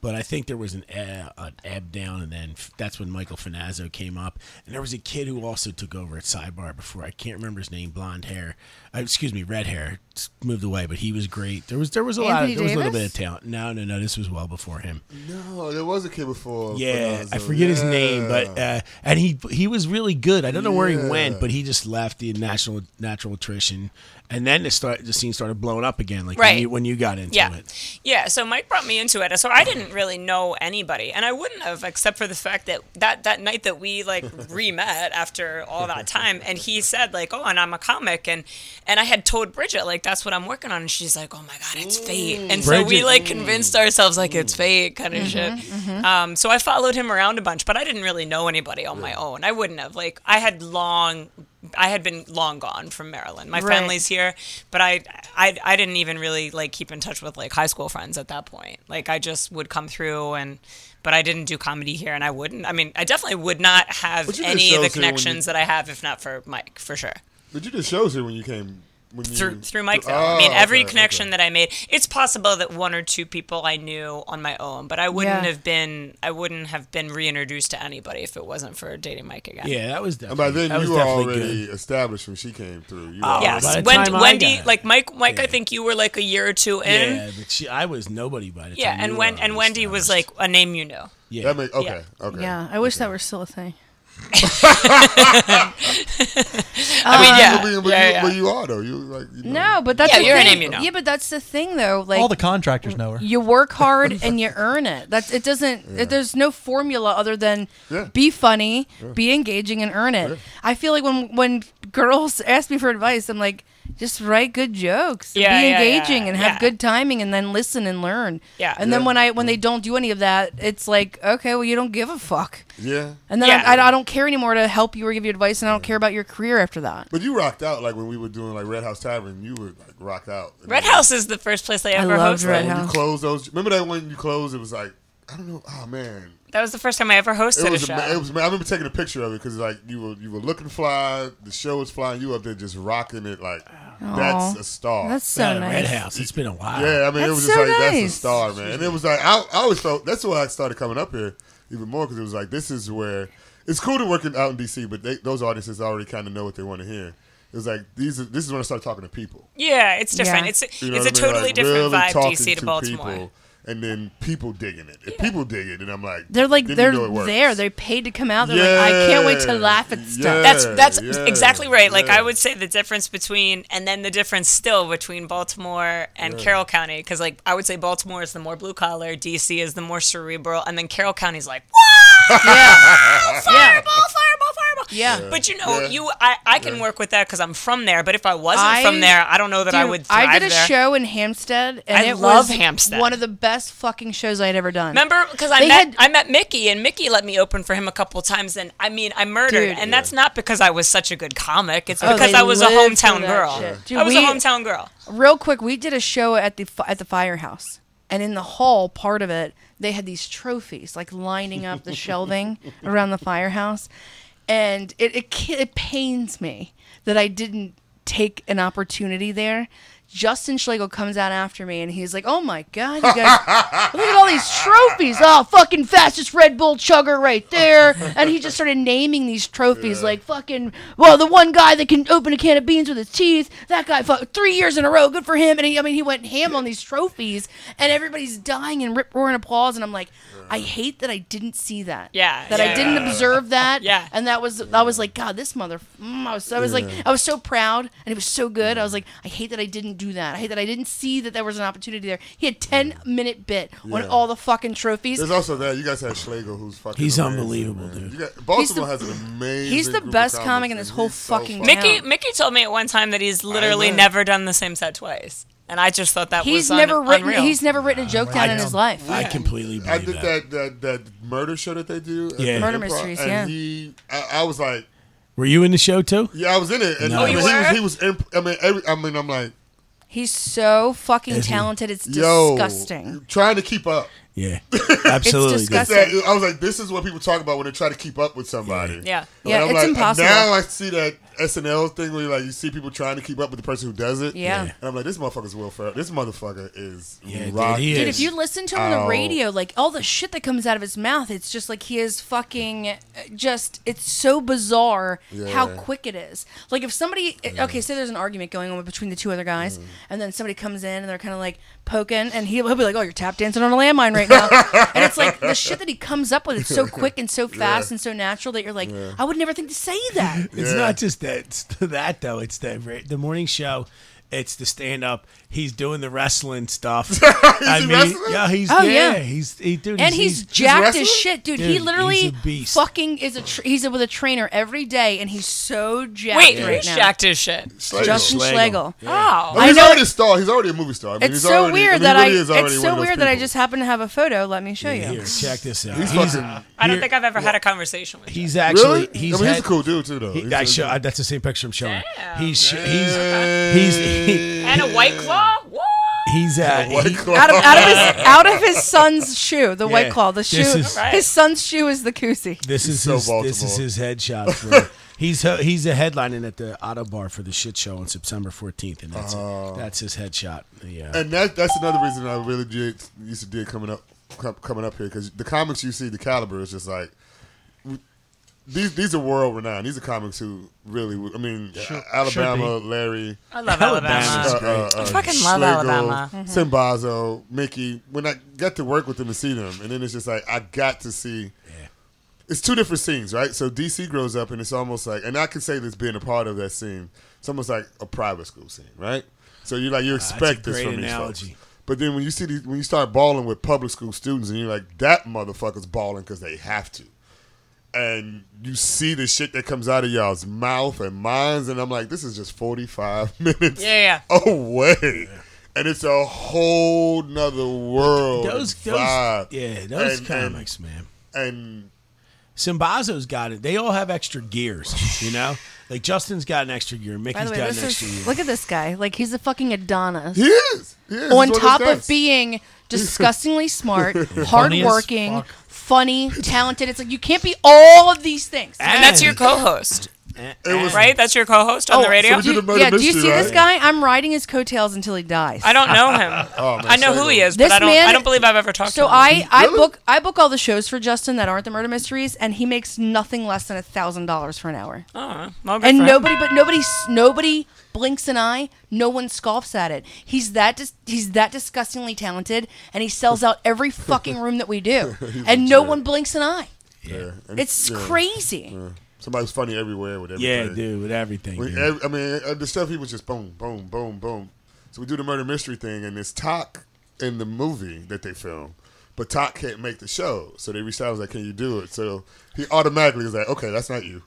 S1: But I think there was an uh, an ebb down, and then f- that's when Michael Finazzo came up, and there was a kid who also took over at Sidebar before. I can't remember his name. Blonde hair, uh, excuse me, red hair, s- moved away, but he was great. There was there was a lot. Of,
S5: Anthony
S1: there was a little bit
S5: Davis?
S1: of talent. No, no, no. This was well before him.
S7: No, Oh, there was a kid before.
S1: Yeah,
S7: Bonanza.
S1: I forget his
S7: Yeah.
S1: name, but uh, and he he was really good. I don't know where he went, but he just left the national natural attrition, and then the start the scene started blowing up again, like when,
S8: Right.
S1: you, when you got into
S8: Yeah.
S1: it.
S8: Yeah. So Mike brought me into it. So I didn't really know anybody. And I wouldn't have, except for the fact that that, that night that we like re met after all that time. And he said, like, oh, and I'm a comic. And, and I had told Bridget, like, that's what I'm working on. And she's like, oh my God, it's fate. And so we
S1: Bridget.
S8: like convinced ourselves, like, it's fate kind of shit. Um, so I followed him around a bunch, but I didn't really know anybody on my own. I wouldn't have. Like, I had long. I had been long gone from Maryland. My
S5: Right.
S8: family's here, but I, I I didn't even really like keep in touch with like high school friends at that point. Like I just would come through and but I didn't do comedy here and I wouldn't. I mean, I definitely would not have
S7: But you did
S8: any of the
S7: shows here when you-
S8: connections that I have if not for Mike, for sure.
S7: But you did shows here when you came. When you,
S8: Through through Mike though.
S7: Mm. Oh,
S8: I mean, every
S7: okay, okay.
S8: connection that I made, it's possible that one or two people I knew on my own, but I wouldn't
S5: Yeah.
S8: have been I wouldn't have been reintroduced to anybody if it wasn't for dating Mike again.
S1: Yeah, that was
S7: And
S1: definitely.
S7: by then
S1: that was
S7: you were
S1: definitely
S7: already
S1: good.
S7: established when she came through. You
S1: Oh,
S7: were
S1: by
S8: Yes.
S1: the
S8: When,
S1: time I
S8: Wendy,
S1: got it.
S8: like Mike, Mike, I
S1: Yeah.
S8: think you were like a year or two in.
S1: Yeah, but she, I was nobody by the
S8: Yeah,
S1: time. you
S8: and
S1: were
S8: when
S1: already
S8: and Wendy was like
S1: established.
S8: a name you know.
S1: yeah.
S7: That makes okay.
S8: Yeah.
S7: Okay.
S5: Yeah, I wish that were still a thing.
S8: I mean, yeah,
S7: But, you- but
S8: yeah,
S7: you,
S8: yeah.
S7: but you are though. You like you know.
S5: No, but that's
S8: Yeah,
S5: the
S8: you're a
S5: thing.
S8: name you know.
S5: Yeah, but that's the thing though. Like
S6: All the contractors know her.
S5: you work hard and you earn it. That's it doesn't it- there's no formula other than
S7: Yeah.
S5: be funny, be engaging and earn it. I feel like when when girls ask me for advice, I'm like just write good jokes, and
S8: Yeah,
S5: be
S8: yeah,
S5: engaging
S8: yeah,
S5: and have
S8: yeah.
S5: good timing and then listen and learn.
S8: Yeah.
S5: And then when I when they don't do any of that, it's like, okay, well you don't give a fuck.
S7: Yeah.
S5: And then
S8: Yeah.
S5: I, I, I don't care anymore to help you or give you advice and I don't care about your career after that.
S7: But you rocked out like when we were doing like Red House Tavern. You were like rocked out. And
S8: Red
S7: then-
S8: House is the first place I ever
S5: loved
S8: hosted.
S5: Red
S7: Like, when
S5: House.
S7: you closed those. Remember that when you closed? It was like I don't know. Oh man.
S8: That was the first time I ever hosted
S7: It was,
S8: a show.
S7: ama- it was. ama- I remember taking a picture of it because like you were you were looking fly. The show was flying. You up there just rocking it like that's a star.
S5: That's so
S1: Out of
S5: nice.
S1: Red House. It's been a while.
S7: Yeah, I mean,
S5: That's
S7: it was just
S5: so
S7: like that's
S5: nice.
S7: a star, man. And it was like I, I always felt that's why I started coming up here even more because it was like this is where it's cool to work in, out in DC, but they, those audiences already kind of know what they want to hear. It was like these. Are, this is when I started talking to people.
S8: yeah, it's different.
S5: Yeah.
S8: It's
S7: You know
S8: it's
S7: what
S8: a
S7: I mean?
S8: totally
S7: Like,
S8: different
S7: really
S8: vibe
S7: talking
S8: DC to Baltimore.
S7: People, and then people digging it. If people dig it, then I'm like,
S5: They're like
S7: then you
S5: they're
S7: know it works.
S5: there. They paid to come out. They're like, I can't wait to
S7: Yeah.
S5: laugh at stuff.
S7: Yeah.
S8: That's that's
S7: yeah,
S8: exactly right. Like
S7: yeah.
S8: I would say the difference between and then the difference still between Baltimore and Carroll County because like I would say Baltimore is the more blue collar, DC is the more cerebral, and then Carroll County's like
S5: Yeah. yeah.
S8: fireball, fireball, fireball.
S5: Yeah. Yeah.
S8: But you know,
S7: Yeah.
S8: you I, I can work with that because I'm from there. But if I wasn't
S5: I-
S8: from there, I don't know that I would.
S5: Dude, I
S8: thrive
S5: did a
S8: there.
S5: show in Hampstead, and
S8: I
S5: it
S8: love
S5: was
S8: Hampstead.
S5: one of the best fucking shows I had ever done.
S8: Remember, because I
S5: They
S8: met
S5: had-
S8: I met Mickey, and Mickey let me open for him a couple times, and I mean, I murdered,
S5: Dude.
S8: and that's not because I was such a good comic. It's
S5: Oh,
S8: because
S5: they
S8: I was a
S5: live
S8: hometown
S5: for that
S8: girl.
S5: shit. Dude,
S8: I was
S5: we-
S8: a hometown girl.
S5: Real quick, we did a show at the fi- at the firehouse, and in the hall part of it, they had these trophies like lining up the shelving around the firehouse, and it it, ki- it pains me that I didn't take an opportunity there. Justin Schlegel comes out after me, and he's like, "Oh my god, you guys." Look at all these trophies. Oh, fucking fastest Red Bull chugger right there. And he just started naming these trophies like fucking, well, the one guy that can open a can of beans with his teeth. That guy, fu- three years in a row. Good for him. And he, I mean, he went ham on these trophies. And everybody's dying and rip roaring applause. And I'm like, I hate that I didn't see that.
S8: Yeah,
S5: That I
S8: yeah.
S5: didn't observe that.
S8: Yeah.
S5: And that was, I was like, God, this mother. Mm, I was, I was like, I was so proud. And it was so good. I was like, I hate that I didn't do that. I hate that I didn't see that there was an opportunity there. He had 10 minute bit on
S7: Yeah.
S5: all the fucking trophies.
S7: There's also that. You guys have Schlegel, who's fucking.
S1: He's
S7: amazing,
S1: unbelievable,
S7: man.
S1: dude.
S7: You got, Baltimore
S5: the-
S7: has an amazing.
S5: he's the
S7: group of
S5: best
S7: comics,
S5: comic in this
S7: and
S5: whole
S7: he's so
S5: fucking
S7: funny.
S8: Mickey
S5: Yeah.
S8: Mickey told me at one time that he's literally
S7: know.
S8: never done the same set twice, and I just thought that
S5: he's
S8: was un-
S5: never written
S8: unreal.
S5: he's never written a joke down in his life.
S1: I completely believe
S7: I did that. that that murder show that they do. at
S1: Yeah.
S7: the
S1: Murder
S7: improv,
S5: mysteries,
S7: And
S5: yeah.
S7: he, I, I was like,
S1: Were you in the show too?
S7: yeah, I was in it, and
S1: No. Oh,
S7: I mean,
S1: you
S7: he was
S8: were?
S7: he was. Imp- I mean, every, I mean, I'm like,
S5: He's so fucking
S1: Is he?
S5: talented. It's
S7: Yo,
S5: disgusting.
S7: Trying to keep up.
S1: Yeah, absolutely. dude.
S5: disgusting.
S7: That- I was like, this is what people talk about when they try to keep up with somebody.
S8: Yeah.
S7: And
S5: Yeah,
S7: I'm
S5: it's
S7: like,
S5: impossible.
S7: Now I see that SNL thing where like you see people trying to keep up with the person who does it.
S5: Yeah.
S7: And I'm like, this motherfucker's Will Ferrell. This motherfucker is
S1: Yeah, dude,
S7: rock.
S1: he
S5: Dude,
S1: is.
S5: if you listen to him on
S7: Ow.
S5: the radio, like all the shit that comes out of his mouth, it's just like he is fucking uh, just, it's so bizarre how
S7: Yeah.
S5: quick it is. Like if somebody, okay, say there's an argument going on between the two other guys, and then somebody comes in and they're kind of like poking, and he'll, he'll be like, oh, you're tap dancing on a landmine right now. and it's like the shit that he comes up with, it's so quick and so fast and so natural that you're like, I would never think to say that.
S1: It's not just that. It's that though. It's the ra- the morning show. It's the stand up. He's doing the wrestling stuff. I
S7: he
S1: mean,
S7: wrestling?
S1: yeah, he's
S5: Oh,
S1: yeah.
S5: yeah.
S1: he's he, dude,
S5: and he's, jacked
S7: wrestling?
S5: as shit, dude.
S1: Dude,
S5: he
S1: he's
S5: literally
S1: a beast.
S5: fucking is a tr he's with a trainer every day, and he's so jacked
S8: Wait,
S5: right
S8: who's
S5: now.
S8: jacked his shit?
S7: Slater.
S5: Justin Schlegel.
S1: Schlegel.
S8: Oh.
S7: I mean, he's
S5: I know-
S7: already a star. He's already a movie star. I mean,
S5: It's
S7: he's
S5: so
S7: already,
S5: weird
S7: mean,
S5: that
S7: he
S5: I.
S7: really is already
S5: It's
S7: one
S5: so
S7: of those
S5: weird that I
S7: people.
S5: just happen to have a photo. Let me show you.
S1: Here, check this out.
S7: He's
S1: He's-
S7: fucking.
S8: I don't
S1: here-
S8: think I've ever had a conversation with
S1: He's
S8: you.
S1: actually
S7: really?
S1: he's
S7: I mean,
S1: had,
S7: he's a cool dude too, though.
S1: He,
S7: He's
S1: I
S7: a-
S1: show, I- that's the same picture I'm showing.
S8: Damn.
S1: He's sh- he's he's he,
S8: And a white claw? What?
S1: he's uh,
S7: White
S1: he-
S7: Claw.
S5: Out of, out of his out of his son's shoe, the white
S1: Yeah,
S5: claw, the
S1: this
S5: shoe.
S1: is-
S8: Right.
S5: His son's shoe is the koozie.
S1: this is
S7: so
S1: his this is
S7: Baltimore.
S1: his headshot. bro. he's uh, he's a headlining at the Auto Bar for the shit show on September 14th, and that's it. that's his headshot. Yeah.
S7: Oh. and that that's another reason I really did used to dig coming up com- coming up here because the comics you see the caliber is just like w- these these are world renowned. These are comics who really w- I mean A- Alabama, Larry, uh,
S8: I love
S1: Alabama's
S8: Alabama.
S1: great.
S8: I fucking love Alabama.
S1: Mm-hmm.
S7: Simbazo, Mickey. When I got to work with them and see them, and then it's just like I got to see. It's two different scenes, right? So DC grows up, and it's almost like, and I can say this being a part of that scene, it's almost like a private school scene, right? So you like you expect this
S1: Ah, great
S7: from these
S1: analogy.
S7: folks. But then when you see these, when you start balling with public school students, and you're like, that motherfucker's balling because they have to and you see the shit that comes out of y'all's mouth and minds, and I'm like, this is just 45 minutes
S8: Yeah,
S7: away. Oh, And it's a whole nother world.
S1: Those,
S7: and
S1: those,
S7: vibe.
S1: yeah, those
S7: And-
S1: comics, man.
S7: And,
S1: Simbazo's got it. They all have extra gears, you know. Like Justin's got an extra gear.
S5: By
S1: Mickey's
S5: the way,
S1: got
S5: this
S1: an extra
S5: is
S1: gear.
S5: look at this guy. Like he's a fucking Adonis.
S7: and he is. He is. He's one
S5: on
S7: those
S5: top of
S7: guys.
S5: being disgustingly smart,
S6: Funny as
S5: hardworking,
S6: fuck.
S5: funny, talented. It's like you can't be all of these things.
S8: And that's your co-host, right? That's your co-host
S5: Oh,
S8: on the radio?
S7: Oh, so we did a murder
S5: yeah, do you
S7: mystery,
S5: see this
S7: right?
S5: guy? I'm riding his coattails until he dies.
S8: I don't know him.
S7: man,
S8: I know who he
S7: Slagle.
S8: is,
S5: This
S8: but I don't.
S5: man-
S8: I don't believe I've ever talked
S5: So
S8: to him.
S5: I, I
S7: Really?
S5: book I book all the shows for Justin that aren't the murder mysteries, and he makes nothing less than a thousand dollars for an hour.
S8: Oh, well, good
S5: and
S8: for him.
S5: nobody, but nobody, s- nobody blinks an eye. No one scoffs at it. He's that dis- he's that disgustingly talented, and he sells out every fucking room that we do, and no one blinks an eye.
S7: Yeah. And
S5: It's
S7: yeah.
S5: crazy.
S7: Somebody's funny everywhere with everything.
S1: yeah, dude, with everything.
S7: We,
S1: dude.
S7: ev- I mean, uh, the stuff he was just boom, boom, boom, boom. So we do the murder mystery thing, and it's Toc in the movie that they filmed, but Toc can't make the show, so they reached out and was like, "Can you do it?" So he automatically was like, "Okay, that's not you."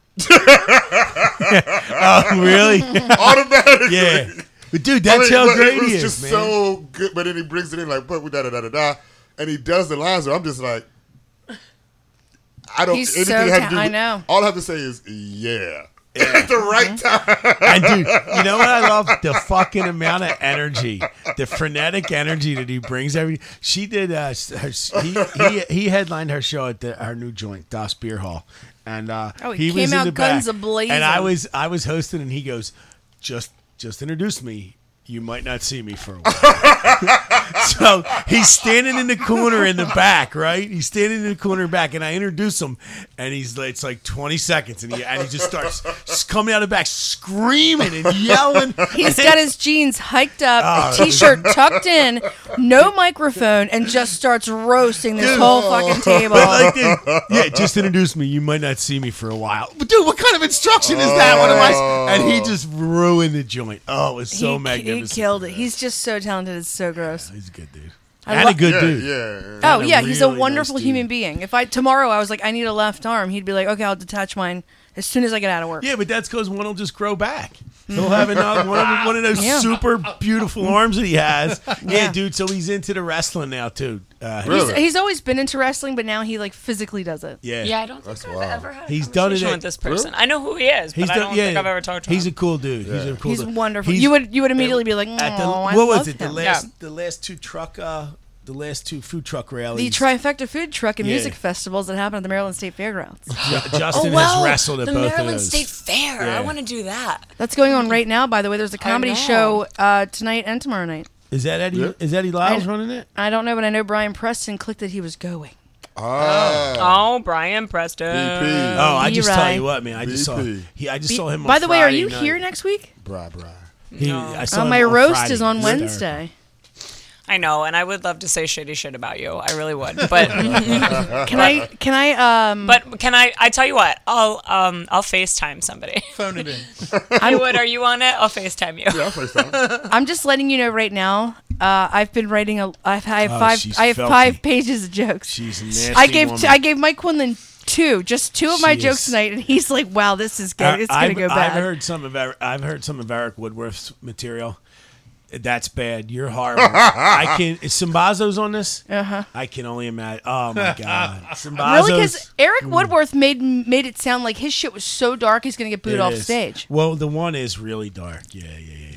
S1: really?
S7: automatically.
S1: yeah. But dude,
S7: I
S1: that's
S7: mean,
S1: how
S7: but
S1: great
S7: it was
S1: he is,
S7: just
S1: man.
S7: so good. But then he brings it in like, "But da da da da da," and he does the lines. Where I'm just like. I don't.
S5: He's
S7: anything
S5: so
S7: to have
S5: ta-
S7: to do
S5: I
S7: with-
S5: know.
S7: All I have to say is, yeah, at the right time.
S1: And dude, you know what I love? The fucking amount of energy, the frenetic energy that he brings. Every she did, uh, s- her, s- he, he he headlined her show at the, her new joint, Das Beer Hall, and uh,
S5: Oh, he came
S1: was in
S5: out
S1: the
S5: guns
S1: back,
S5: a-blazing.
S1: And I was I was hosting, and he goes, just just introduce me. You might not see me for a while. So he's standing in the corner in the back, right? He's standing in the corner back, and I introduce him, and he's like, it's like 20 seconds, and he and he just starts s- coming out of the back screaming and yelling.
S5: He's got his jeans hiked up, a t-shirt tucked in, no microphone, and just starts roasting this whole fucking table.
S1: Like, dude, yeah, just introduce me. You might not see me for a while, but dude, what kind of instruction is that? What am I? And he just ruined the joint. Oh, it was so
S5: he, he
S1: magnificent.
S5: killed it. He's just so talented. It's so gross.
S1: He's a good dude.
S5: I
S1: and
S5: lo-
S1: a good
S7: Yeah,
S1: dude.
S7: yeah.
S5: Oh
S1: a
S5: yeah, he's a
S1: really nice
S5: wonderful
S1: dude.
S5: human being. If I tomorrow I was like I need a left arm, he'd be like, okay, I'll detach mine as soon as I get out of work.
S1: Yeah, but that's because one will just grow back. He'll have another one of, one of those
S5: Mm-hmm. Yeah.
S1: super beautiful arms that he has. Yeah,
S5: Yeah.
S1: dude. So he's into the wrestling now too. Uh,
S7: Really?
S5: He's, he's always been into wrestling, but now he like physically does it.
S1: yeah.
S8: Yeah, I don't think
S7: That's
S8: I've
S7: wild.
S8: ever had a
S1: He's done it
S8: conversation
S1: at-
S8: with this person. I know who he is, but I don't think I've ever talked to
S1: he's
S8: him.
S1: a cool dude. He's a cool.
S5: He's
S1: dude.
S5: wonderful.
S1: He's-
S5: you would you would immediately be like, oh,
S1: at the,
S5: I
S1: what
S5: love
S1: was it? The
S5: him."
S1: last
S8: Yeah.
S1: the last two truck uh the last two food truck rallies.
S5: the trifecta food truck and
S1: Yeah.
S5: music festivals that happen at the Maryland State Fairgrounds.
S1: Ju- Justin has wrestled at
S8: the
S1: both of
S8: Maryland
S1: those.
S8: State Fair.
S1: Yeah.
S8: I want to do that.
S5: That's going on right now. By the way, there's a comedy
S8: know.
S5: show uh, tonight and tomorrow night.
S1: is that Eddie?
S7: Yeah.
S1: Is Eddie Lyles
S5: I-
S1: running it?
S5: I don't know, but I know Brian Preston clicked that he was going.
S7: Ah,
S8: Oh, Brian Preston.
S7: BP.
S1: Oh, I just tell
S5: Leroy.
S1: you what, man. I just saw
S7: BP.
S1: he. I just
S5: Be-
S1: saw him. on
S5: By the way, are you
S1: Friday night.
S5: here next week?
S7: Bra, bra.
S1: He- I saw
S5: Uh,
S1: him
S5: my
S1: on
S5: roast
S1: Friday.
S5: is on
S1: He's
S5: Wednesday.
S8: I know, and I would love to say shitty shit about you. I really would, but
S5: Can I? Can I? Um,
S8: but can I? I tell you what, I'll um I'll Facetime somebody.
S6: Phone it in.
S8: I would. Are you on it? I'll Facetime you.
S7: Yeah, first time.
S5: I'm just letting you know right now. Uh, I've been writing a. I've, I have
S1: Oh,
S5: five.
S1: she's
S5: I have
S1: filthy.
S5: five pages of jokes.
S1: She's a nasty.
S5: I gave.
S1: Woman.
S5: T- I gave Mike Quinlan two, just two of my
S1: She
S5: jokes
S1: is-
S5: tonight, and he's like, "Wow, this is good. It's gonna
S1: I've,
S5: go
S1: I've
S5: bad."
S1: heard some of Eric, I've heard some of Eric Woodworth's material. That's bad. You're horrible. I can. Is Simbazo's on this? Uh-huh. I can only imagine. Oh my god, Simbazo's.
S5: Really, because
S1: Hmm.
S5: Eric Woodworth made made it sound like his shit was so dark he's gonna get booed
S1: It
S5: off
S1: is.
S5: stage.
S1: Well, the one is really dark. Yeah, yeah, yeah,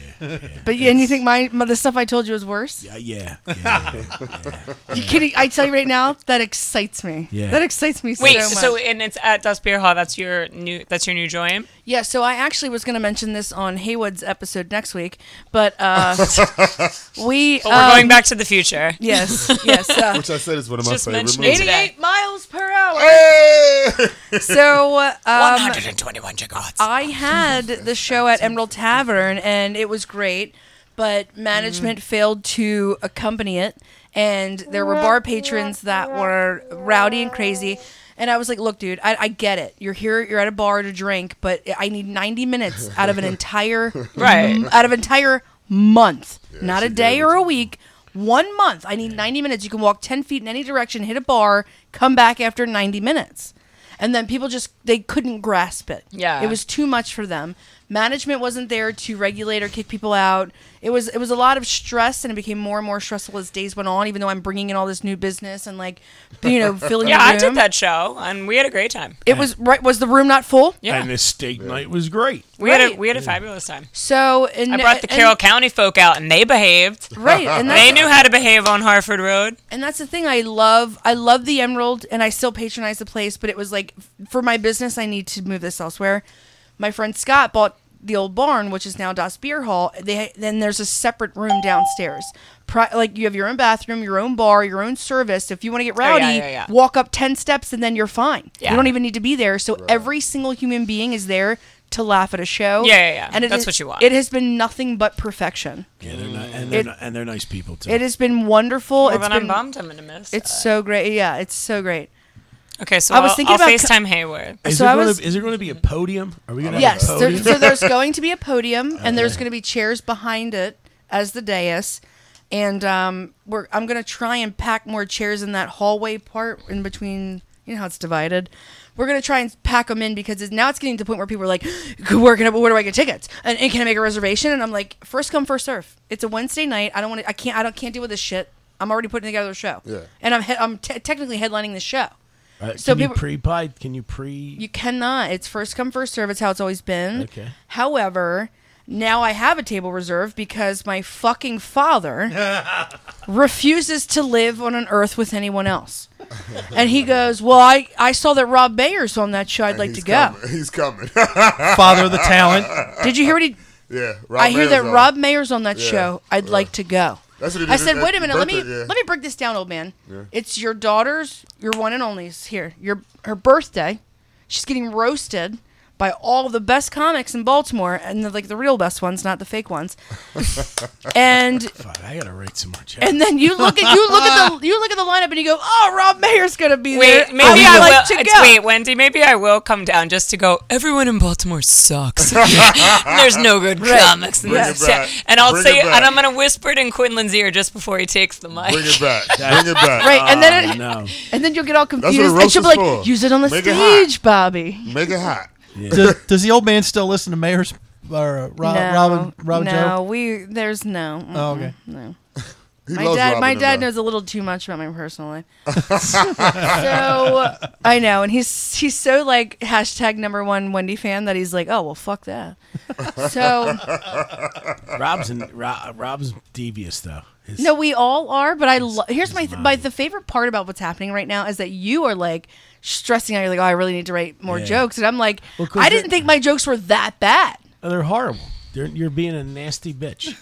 S1: yeah,
S5: But yeah, and you think my, my the stuff I told you was worse?
S1: yeah, yeah. yeah, yeah.
S5: You kidding? I tell you right now, that excites me.
S1: Yeah.
S5: That excites me
S8: Wait,
S5: so much.
S8: so and it's at Dust Beer Hall. That's your new. That's your new joint.
S5: yeah, so I actually was gonna mention this on Haywood's episode next week, but uh, we
S8: But we're going back to the future.
S5: Yes, yes. Uh,
S7: Which I said is one of my
S8: Just
S7: favorite
S8: mention
S7: movies.
S8: it.
S5: 88 miles per hour.
S7: Hey!
S5: So uh, um,
S8: 121 gigawatts.
S5: I had the show at Emerald Tavern and it was great, but management failed to accompany it. And there were bar patrons that were rowdy and crazy. And I was like, look, dude, I, I get it. You're here, you're at a bar to drink, but I need 90 minutes out of an entire,
S8: Right.
S5: out of entire month, not a
S7: she
S5: day
S7: did.
S5: or a week. One month. I need 90 minutes. You can walk 10 feet in any direction, hit a bar, come back after 90 minutes. And then people just, they couldn't grasp it.
S8: Yeah.
S5: It was too much for them. Management wasn't there to regulate or kick people out. It was it was a lot of stress, and it became more and more stressful as days went on. Even though I'm bringing in all this new business and like, you know, filling.
S8: yeah,
S5: the
S8: I did
S5: room.
S8: that show, and we had a great time.
S5: It was right. Was the room not full?
S8: Yeah.
S1: And the steak night was great.
S8: We had a
S5: Right.
S8: we
S7: Mm.
S8: had a fabulous time.
S5: So and
S8: I brought the Carroll
S5: and,
S8: County folk out, and they behaved.
S5: right, and that's,
S8: They knew how to behave on Harford Road.
S5: and that's the thing. I love I love the Emerald, and I still patronize the place. But it was like f- for my business, I need to move this elsewhere. My friend Scott bought the old barn, which is now Das Beer Hall. They then there's a separate room downstairs. Pri- like you have your own bathroom, your own bar, your own service. If you want to get
S8: Oh, yeah,
S5: rowdy,
S8: yeah, yeah.
S5: walk up ten steps and then you're fine.
S8: Yeah.
S5: You don't even need to be there. So every single human being is there to laugh at a show.
S8: Yeah, yeah, yeah.
S5: And it
S8: That's
S5: is-
S8: what you want.
S5: It has been nothing but perfection.
S1: Yeah, they're not, and they're
S5: It-
S1: not, and they're nice people too.
S5: It has been wonderful.
S8: Well,
S5: It's
S8: then
S5: been
S8: I'm bummed. I'm gonna miss.
S5: It's so great. Yeah, it's so great.
S8: okay, so
S5: I
S8: I
S5: was
S8: will
S5: thinking
S8: I'll
S5: about co-
S8: FaceTime Hayward.
S1: Is,
S5: so
S1: there
S5: I
S1: gonna,
S5: was-
S1: is there going to be a podium? Are we going to
S5: Yes.
S1: have a
S5: there-
S1: podium?
S5: so there's going to be a podium, and there's going to be chairs behind it as the dais, and um, we're I'm going to try and pack more chairs in that hallway part in between. You know how it's divided. We're gonna try and pack them in because it's, now it's getting to the point where people are like, "Where can I? Where do I get tickets? And, and can I make a reservation?" And I'm like, first come, first serve. It's a Wednesday night. I don't want to. I can't. I don't can't deal with this shit. I'm already putting together a show.
S7: Yeah.
S5: And I'm he- I'm te- technically headlining the show.
S1: Uh, can
S5: so
S1: you
S5: people-
S1: pre-buy? Can you pre?
S5: You cannot. It's first come, first serve. It's how it's always been.
S1: Okay.
S5: However, now I have a table reserved because my fucking father refuses to live on an earth with anyone else. And he goes, Well, I, I saw that Rob Bayer's on that show. I'd like to
S7: He's
S5: go.
S7: coming. He's coming.
S6: Father of the talent.
S5: Did you hear what he.
S7: yeah. Rob
S5: I hear
S7: Mayer's
S5: that
S7: on.
S5: Rob Mayer's on that
S7: Yeah.
S5: show. I'd like to go.
S7: That's what he did
S5: I said,
S7: at-
S5: wait a
S7: at
S5: minute. Let me
S7: birthday, yeah.
S5: let me break this down, old man. It's your daughter's, your one and only's here. Your her birthday. She's getting roasted by all the best comics in Baltimore, and the, like the real best ones, not the fake ones. and
S1: Fuck, I got to write some more. Checks.
S5: and then you look at you look at the you look at the lineup, and you go, oh, Rob Mayer's gonna be there.
S8: Wait, maybe
S5: I would
S8: I,
S5: like
S8: will.
S5: to
S8: it's-
S5: go.
S8: Wait, Wendy, maybe I will come down just to go. Everyone in Baltimore sucks. There's no good comics in
S7: Bring
S8: this
S7: it
S8: town.
S7: back.
S8: And I'll
S7: Bring
S8: say,
S7: it back.
S8: and I'm gonna whisper it in Quinlan's ear just before he takes the mic.
S7: Bring it back. Bring it back.
S5: Right, and then it,
S1: Oh, no.
S5: and then you'll get all
S7: what a
S5: confused, and
S7: roast
S5: she'll be
S7: is
S5: like,
S7: for.
S5: "Use it on the
S7: Make it hot.
S5: stage, Bobby."
S7: Make it hot.
S6: Does, does the old man still listen to Mayor's or uh, Rob,
S5: no,
S6: Robin, Robin
S5: no,
S6: Joe?
S5: we there's no. mm-mm,
S6: Oh, okay.
S5: No.
S7: He
S5: My
S7: loves
S5: dad,
S7: Robin
S5: my
S7: and
S5: dad
S7: Rob.
S5: knows a little too much about my personal life. so I know, and he's he's so like hashtag number one Wendy fan that he's like, oh well, fuck that. So
S1: Rob's in, Ro- Rob's devious though. His-
S5: no, we all are, but I lo- here's my th- my the favorite part about what's happening right now is that you are like stressing out. You're like, oh, I really need to write more
S1: Yeah.
S5: jokes, and I'm like,
S1: 'cause
S5: I
S1: they're-
S5: didn't think my jokes were that bad.
S6: They're horrible.
S1: You're, you're being a nasty bitch.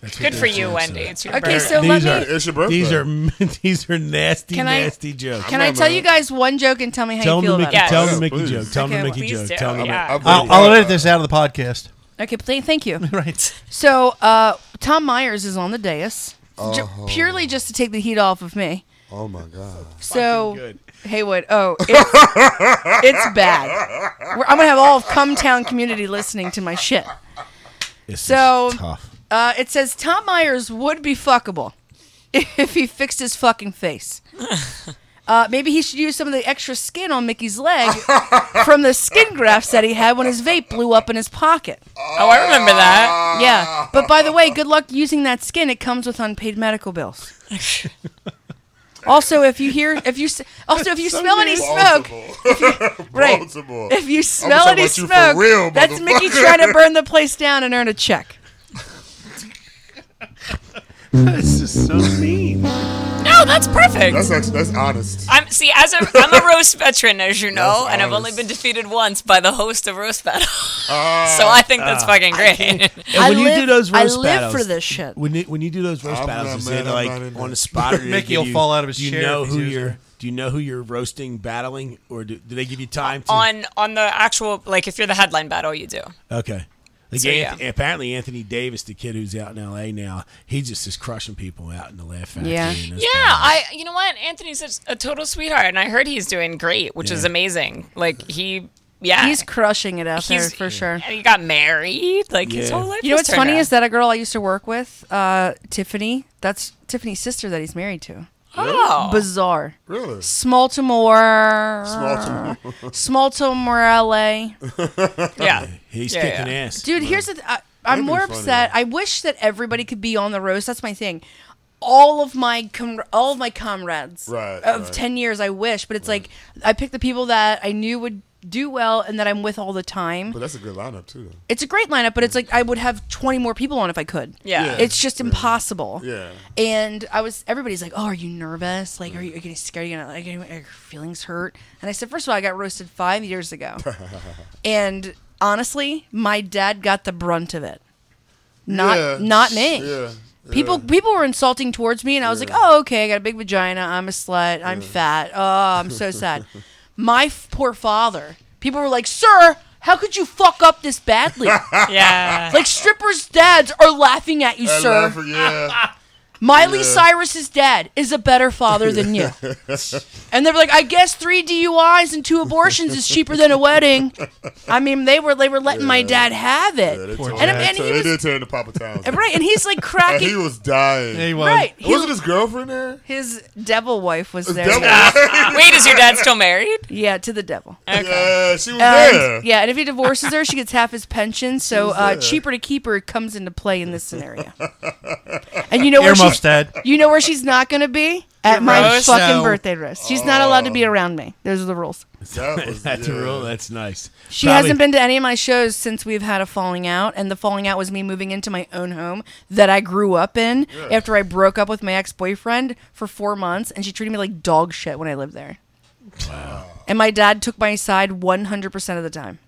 S1: That's what
S8: Good for
S1: those
S8: you,
S1: jokes
S8: Wendy.
S1: are.
S8: It's your
S5: Okay,
S8: birthday.
S5: so
S1: These
S5: let me.
S1: are-
S7: It's your birthday.
S1: These are these are nasty,
S5: Can I-
S1: nasty jokes.
S5: Can I
S7: I'm
S5: tell
S7: a-
S5: you guys one joke and tell me how
S1: tell
S5: you
S1: him
S5: feel
S1: the
S5: about
S1: Mickey.
S5: it?
S8: Yeah.
S1: Tell him
S7: Yes,
S1: the Mickey
S7: please.
S1: joke. Tell him the
S5: Okay,
S1: Mickey
S8: please
S1: joke.
S8: do.
S1: Tell him. the-
S8: Yeah.
S7: I'm
S6: I'll,
S7: ready.
S6: I'll edit this out of the podcast.
S5: Okay, please, thank you.
S6: right.
S5: So uh, Tom Myers is on the dais, ju- purely just to take the heat off of me.
S7: Oh my god.
S5: So
S1: good.
S5: Haywood, oh, it's, it's bad. We're, I'm gonna have all of Cumtown community listening to my shit.
S1: This is
S5: So-
S1: tough.
S5: Uh, it says Tom Myers would be fuckable if he fixed his fucking face. Uh, maybe he should use some of the extra skin on Mickey's leg from the skin grafts that he had when his vape blew up in his pocket.
S8: oh, I remember that.
S5: Yeah, but by the way, good luck using that skin. It comes with unpaid medical bills. also, if you hear, if you s- also if you smell any smoke, right?
S7: Plausible.
S5: If you smell
S7: talking
S5: any
S7: about you for
S5: smoke,
S7: real,
S5: that's Mickey
S7: motherfucker.
S5: trying to burn the place down and earn a check.
S1: This is so mean.
S8: No, that's perfect.
S7: That's actually, that's honest.
S8: I'm see as a I'm a roast veteran, as you know,
S7: That's
S8: and I've
S7: honest.
S8: only been defeated once by the host of roast battle.
S7: Ah,
S8: so I think that's fucking great.
S1: And when
S5: I
S1: you
S5: live,
S1: do those roast
S5: I live
S1: battles,
S5: for this shit.
S1: When you, when you do those roast
S7: I'm
S1: battles,
S7: not
S1: is
S7: mad,
S1: it
S7: I'm
S1: like
S7: not in
S1: on
S7: it.
S1: a spot? Or do they
S6: Mickey
S1: give
S6: will
S1: you-
S6: fall out of his
S1: do you
S6: chair
S1: Know
S6: if he
S1: who
S6: sees
S1: you're?
S6: it.
S1: Do you know who you're roasting, battling, or do, do they give you time to?
S8: on on the actual like if you're the headline battle, you do.
S1: okay. Like
S8: So,
S1: Anth-
S8: yeah.
S1: apparently Anthony Davis, the kid who's out in L.A. now, he just is crushing people out in the Laugh Factory.
S5: Yeah.
S1: and those
S8: Yeah,
S1: battles.
S8: I you know what Anthony's a, a total sweetheart, and I heard he's doing great, which is
S1: Yeah.
S8: amazing. Like he, yeah,
S5: He's crushing it out there
S8: He's-
S5: for sure.
S8: and he got married. Like his
S1: Yeah.
S8: whole life.
S5: You know
S8: was
S5: what's
S8: turned
S5: funny is
S8: around.
S5: that a girl I used to work with, uh, Tiffany. That's Tiffany's sister that he's married to.
S8: oh,
S5: Bizarre.
S7: really?
S5: Smaltimore.
S7: Small to
S5: Smaltimore, LA.
S8: yeah.
S1: he's
S8: Yeah,
S1: kicking
S8: yeah.
S1: ass.
S5: Dude, here's the. Th- I, I'm
S7: That'd be
S5: more
S7: funny.
S5: upset. I wish that everybody could be on the roast. That's my thing. All of my com- all of my comrades
S7: Right,
S5: of
S7: right.
S5: ten years, I wish, but it's like I picked the people that I knew would do well and that I'm with all the time.
S7: but that's a good lineup too. though.
S5: It's a great lineup, but it's like I would have 20 more people on if I could.
S8: Yeah. Yeah.
S5: It's just impossible.
S7: Yeah.
S5: And I was, everybody's like, oh, are you nervous?
S7: Mm.
S5: Like, are you, are you getting scared? Are you gonna, like, are you- are your feelings hurt? And I said, first of all, I got roasted five years ago. and honestly, my dad got the brunt of it. Not,
S7: Yeah.
S5: not me.
S7: Yeah.
S5: People, people were insulting towards me, and I was like, "Oh, okay, I got a big vagina. I'm a slut. I'm fat. Oh, I'm so sad." My f- poor father. People were like, "Sir, how could you fuck up this badly?
S8: yeah.
S5: like strippers' dads are laughing at you,
S7: Yeah.
S5: sir.
S7: Laugh- yeah.
S5: Miley
S7: yeah.
S5: Cyrus's dad is a better father than you." and they were like, "I guess three DUIs and two abortions is cheaper than a wedding." I mean, they were they were letting my dad have
S7: Yeah,
S5: it,
S7: they
S6: Poor
S7: turned-
S6: Jack.
S7: they
S5: And- and he
S7: turned- they
S5: was-
S7: did turn to Papa Towns.
S5: And right? And he's like
S7: And he
S5: cracking.
S7: was dying.
S6: Yeah, he was.
S5: Right, he-
S7: Wasn't his girlfriend there?
S5: his devil wife was there.
S7: Devil.
S8: Wait, is your dad still married?
S5: Yeah, to the devil.
S7: Yeah, she was there.
S5: And, yeah, and if he divorces her, she gets half his pension. So uh, cheaper to keep her comes into play in this scenario. And you know where
S6: Earmuffs,
S5: she's,
S6: Dad.
S5: you know where she's not going to be at my
S8: roast?
S5: fucking
S6: No.
S5: birthday roast. She's not allowed to be around me. Those are the rules.
S7: That was,
S1: That's
S7: yeah.
S1: a rule. That's nice.
S5: She hasn't been to any of my shows since we've had a falling out, and the falling out was me moving into my own home that I grew up in after I broke up with my ex boyfriend for four months, and she treated me like dog shit when I lived there. Wow. And my dad took my side 100% of the time.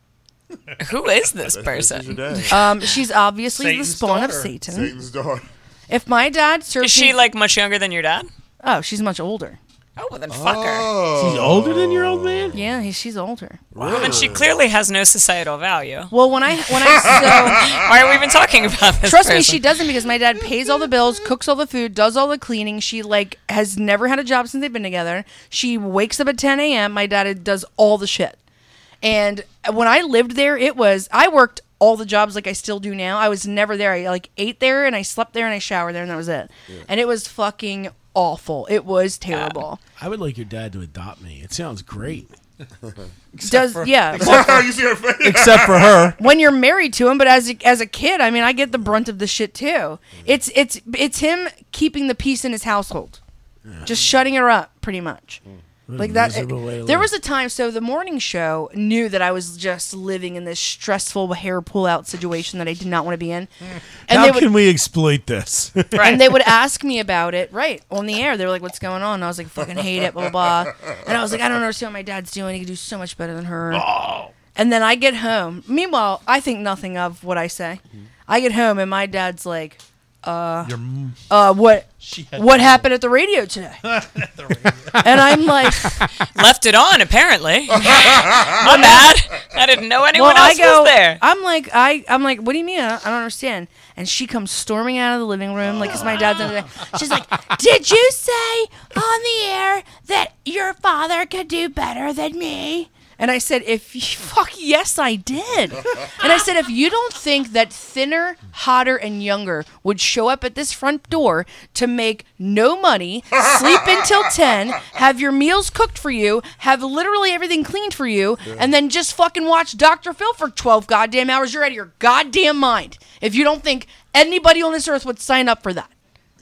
S8: Who is
S7: That's
S8: this
S7: your
S8: person?
S7: dad.
S5: Um, she's obviously the
S6: Satan's
S5: spawn of
S6: daughter.
S5: Satan.
S7: Satan's daughter.
S5: If my dad served
S8: Is she
S5: me-
S8: like much younger than your dad?
S5: oh, she's much older.
S8: Oh, well then fuck her.
S7: Oh,
S1: He's older than your old man.
S5: Yeah, he, she's older.
S8: And she clearly has no societal value.
S5: Well, when I when I
S7: Ah.
S8: Why are we even talking about
S5: so
S8: this?
S5: trust me,
S8: person?
S5: she doesn't because my dad pays all the bills, cooks all the food, does all the cleaning. She like has never had a job since they've been together. She wakes up at 10 a.m. My dad does all the shit. And when I lived there, it was I worked all the jobs like I still do now. I was never there. I like ate there and I slept there and I showered there and that was it. And it was fucking awful. It was terrible.
S1: I would like your dad to adopt me. It sounds great.
S5: Does yeah.
S7: Oh, you see her face?
S6: Except for her.
S5: when you're married to him, but as a, as a kid, I mean, I get the brunt of the shit too. It's it's it's him keeping the peace in his household, just shutting her up, pretty much. Like that.
S1: miserable way to
S5: there
S1: live.
S5: was a time. So the morning show knew that I was just living in this stressful hair pull out situation that I did not want to be in. And they
S6: How
S5: would,
S6: can we exploit this?
S8: Right.
S5: and they would ask me about it right on the air. They were like, "What's going on?" And I was like, "Fucking hate it, blah blah." blah. And I was like, "I don't understand what my dad's doing. He could do so much better than her."
S6: Oh.
S5: And then I get home. Meanwhile, I think nothing of what I say. I get home and my dad's like,
S6: Mm-hmm. Your m-
S5: "Uh, what?
S6: She had
S5: What
S6: to-
S5: happened at the radio today?" and I'm like,
S8: Left it on, apparently. My bad. I didn't know anyone
S5: well,
S8: else
S5: I go,
S8: was there.
S5: I'm like, I, I'm like, what do you mean? I I don't understand. And she comes storming out of the living room, like, cause my dad's in there. She's like, did you say on the air that your father could do better than me? And I said, if you, fuck yes, I did. And I said, if you don't think that thinner, hotter, and younger would show up at this front door to make no money, sleep until 10, have your meals cooked for you, have literally everything cleaned for you, and then just fucking watch Dr. Phil for 12 goddamn hours, you're out of your goddamn mind. If you don't think anybody on this earth would sign up for that.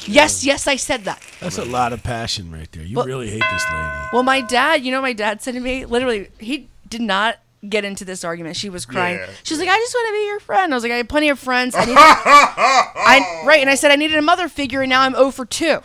S5: Yes, yes, I said that.
S1: That's a lot of passion right there. You really hate this lady.
S5: Well, my dad, you know, my dad said to me, literally, he did not get into this argument. She was crying.
S7: Yeah.
S5: She was like, I just want to be your friend. I was like, I have plenty of friends. I, needed, I right, and I said I needed a mother figure, and now I'm 0 for two.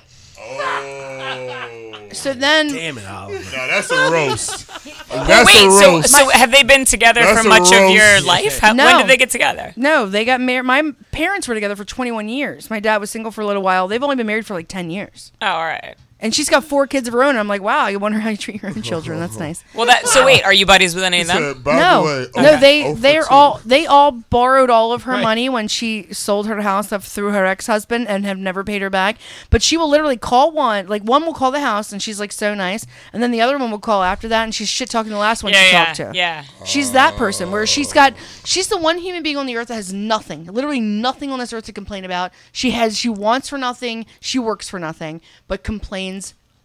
S7: Oh,
S5: So then,
S1: Damn it, Oliver.
S7: now that's a roast. That's
S8: Wait,
S7: a
S8: so,
S7: roast.
S8: so have they been together
S7: That's
S8: for
S7: a
S8: much of
S7: roast.
S8: your life? How,
S5: No.
S8: When did they get together?
S5: no, they got married. My parents were together for 21 years. My dad was single for a little while. They've only been married for like 10 years,
S8: Oh, all right.
S5: and she's got four kids of her own. And I'm like, wow, you wonder how you treat your own children. That's nice.
S8: Well, that. So wait, are you buddies with any
S7: He
S8: of them?
S7: said, by
S5: no,
S7: the way,
S5: no,
S7: oh,
S5: they
S7: oh for
S5: they are
S7: two.
S5: all they all borrowed all of her
S6: Right.
S5: money when she sold her house up through her ex husband and have never paid her back. But she will literally call one, like one will call the house and she's like so nice, and then the other one will call after that and she's shit talking the last one
S8: Yeah,
S5: she
S8: yeah,
S5: talked to.
S8: yeah.
S5: she's that person where
S7: Oh.
S5: she's got she's the one human being on the earth that has nothing, literally nothing on this earth to complain about. She has she wants for nothing, she works for nothing, but complains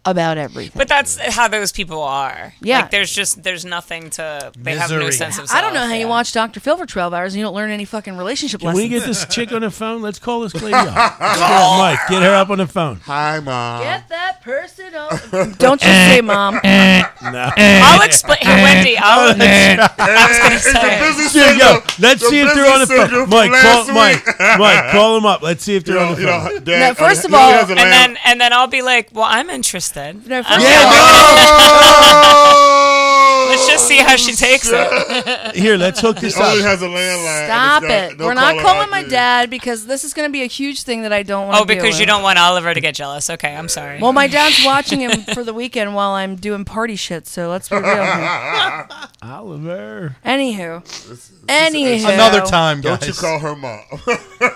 S5: about everything.
S8: But that's how those people are.
S5: Yeah.
S8: Like there's just there's nothing to. They have no
S6: Misery.
S8: sense of. Self.
S5: I don't know how
S8: yeah.
S5: you watch Dr. Phil for 12 hours and you don't learn any fucking relationship
S1: Can
S5: lessons.
S1: we get this chick on the phone? Let's call this lady up. Let's get her- Mike, get her up on the phone.
S7: Hi, mom.
S5: Get that person off. Don't you
S8: Eh.
S5: say, Mom.
S1: No.
S8: I'll explain. Hey, Wendy, I'll. I was gonna say.
S7: Business
S1: Dude,
S7: signal.
S1: yo, let's
S7: The
S1: see if they're on the
S7: business signal
S1: phone.
S7: from
S1: Mike, call
S7: last
S1: Mike,
S7: week.
S1: Mike, call him up. Let's see if
S7: You
S1: they're
S7: know,
S1: on the
S7: you
S1: phone.
S7: know, Dad,
S5: No, first
S7: uh,
S5: of
S7: he only
S5: all-
S7: has a
S8: And
S7: lamp.
S8: then and then I'll be like, well, I'm interested.
S5: No,
S8: I'm
S5: first
S8: not-
S5: of all-
S7: Oh!
S8: Let's just see how she takes it.
S1: Here, let's hook this
S7: He only
S1: up.
S7: has a landline.
S5: Stop
S7: and it's
S5: it.
S7: no
S5: We're not
S7: caller
S5: calling my
S7: ID.
S5: dad because this is going to be a huge thing that I don't want to
S8: Oh, because you don't want Oliver to get jealous. Okay, I'm sorry.
S5: Well, my dad's watching him for the weekend while I'm doing party shit, so let's be real here.
S1: Oliver.
S5: Anywho. Anywho.
S6: Another time, guys.
S7: Don't you call her mom.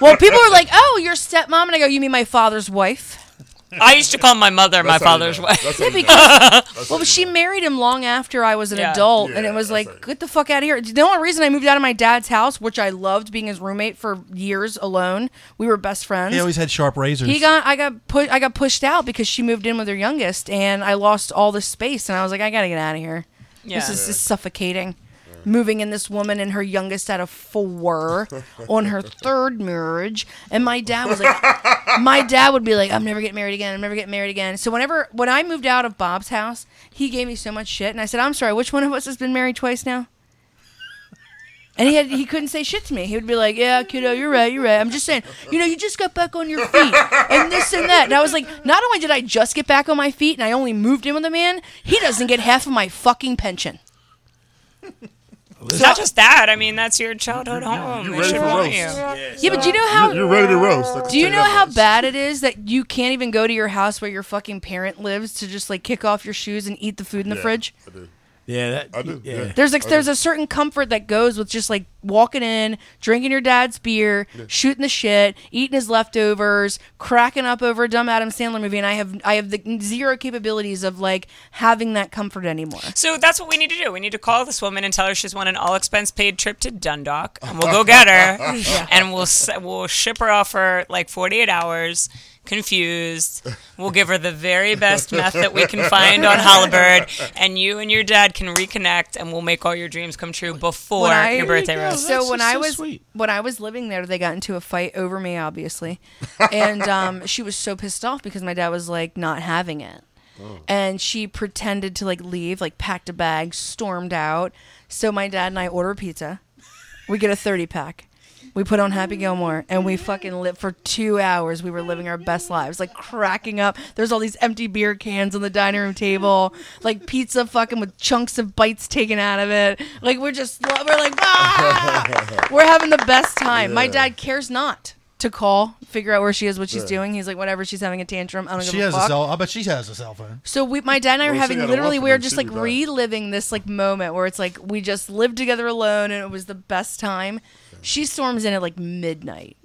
S5: Well, people are like, oh, your stepmom. And I go, you mean my father's wife?
S8: I used to call my mother my father's wife.
S7: That's how you know.
S5: Because,
S7: That's how
S5: well,
S7: you
S5: she married him long after I was an
S8: Yeah.
S5: adult. and
S7: Yeah,
S5: it was
S7: that's
S5: like,
S7: right.
S5: get the fuck out of here. The only reason I moved out of my dad's house, which I loved being his roommate for years alone, we were best friends.
S6: He always had sharp razors.
S5: He got I got put I got pushed out because she moved in with her youngest and I lost all the space and I was like I gotta get out of here.
S8: Yeah.
S5: This is just suffocating. Moving in this woman and her youngest out of four on her third marriage, and my dad was like, my dad would be like, I'm never getting married again. I'm never getting married again. So whenever when I moved out of Bob's house, he gave me so much shit, and I said, I'm sorry, which one of us has been married twice now? And he had he couldn't say shit to me. He would be like, "Yeah, kiddo, you're right, you're right. I'm just saying, you know, you just got back on your feet, and this and that." And I was like, "Not only did I just get back on my feet, and I only moved in with a man, he doesn't get half of my fucking pension."
S8: It's not just that. I mean, that's your childhood home.
S7: You
S8: They
S7: ready
S8: should
S7: for
S8: want
S7: roast.
S5: Yeah,
S8: you.
S5: but do you know how?
S7: You're ready to roast. I can
S5: do you
S7: tell
S5: know
S7: that
S5: how
S7: much.
S5: bad it is that you can't even go to your house where your fucking parent lives to just like kick off your shoes and eat the food in the
S7: Yeah,
S5: fridge?
S7: I do.
S1: Yeah, that,
S7: I do, yeah.
S5: There's like there's a certain comfort that goes with just like walking in, drinking your dad's beer, shooting the shit, eating his leftovers, cracking up over a dumb Adam Sandler movie, and I have I have the zero capabilities of like having that comfort anymore.
S8: So that's what we need to do. We need to call this woman and tell her she's won an all expense paid trip to Dundalk, and we'll go get her, and we'll s- we'll ship her off for like forty eight hours. Confused, we'll give her the very best meth that we can find on Hollibird, and you and your dad can reconnect, and we'll make all your dreams come true before
S5: When I-
S8: your birthday
S1: There you go.
S8: roast.
S1: That's
S5: so when
S1: just
S5: I
S1: so
S5: was
S1: sweet.
S5: when I was living there, they got into a fight over me, obviously, and um, she was so pissed off because my dad was like not having it,
S1: Oh.
S5: and she pretended to like leave, like packed a bag, stormed out. So my dad and I order pizza. We get a thirty pack. We put on Happy Gilmore and we fucking lit for two hours. We were living our best lives, like cracking up. There's all these empty beer cans on the dining room table, like pizza fucking with chunks of bites taken out of it. Like we're just, we're like, ah! we're having the best time. My dad cares not to call, figure out where she is, what she's doing. He's like, whatever, she's having a tantrum. I don't
S6: She
S5: give a
S6: has
S5: fuck.
S6: a cell. I bet she has a cell phone.
S5: So we, my dad and I were
S7: Well, she
S5: having
S7: got a
S5: literally,
S7: walkman,
S5: we were just
S7: she
S5: like
S7: would die.
S5: reliving this like moment where it's like we just lived together alone and it was the best time. She storms in at like midnight,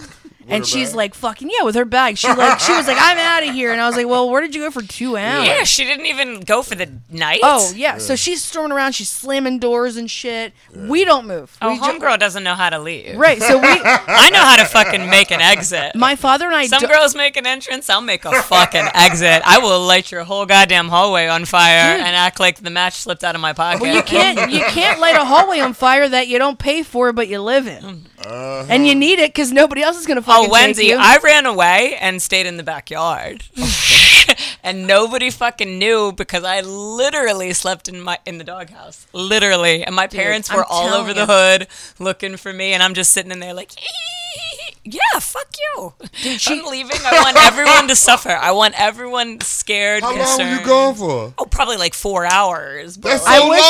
S5: and
S7: her
S5: she's
S7: bag?
S5: like fucking yeah with her bag. She like she was like I'm out of here, and I was like, well, where did you go for two hours?
S8: yeah, she didn't even go for the night.
S5: Oh yeah. so she's storming around, she's slamming doors and shit. We don't move.
S8: oh,
S5: we ju-
S8: homegirl doesn't know how to leave.
S5: Right, so we,
S8: I know how to fucking make an exit.
S5: my father and I,
S8: Some
S5: don't-
S8: girls make an entrance. I'll make a fucking exit. I will light your whole goddamn hallway on fire and act like the match slipped out of my pocket.
S5: Well, you can't you can't light a hallway on fire that you don't pay for, but you live in, and you need it because nobody else is gonna fucking.
S8: Oh, Wendy,
S5: take you.
S8: I ran away and stayed in the backyard. and nobody fucking knew because I literally slept in my in the doghouse. Literally. And my parents
S5: I'm
S8: were all over the
S5: telling
S8: hood looking for me and I'm just sitting in there like Yeah, fuck you. I'm leaving. I want everyone to suffer. I want everyone scared.
S7: How long were
S8: concerned.
S7: you gone for?
S8: Oh, probably like four hours. But
S7: That's so
S5: I wish-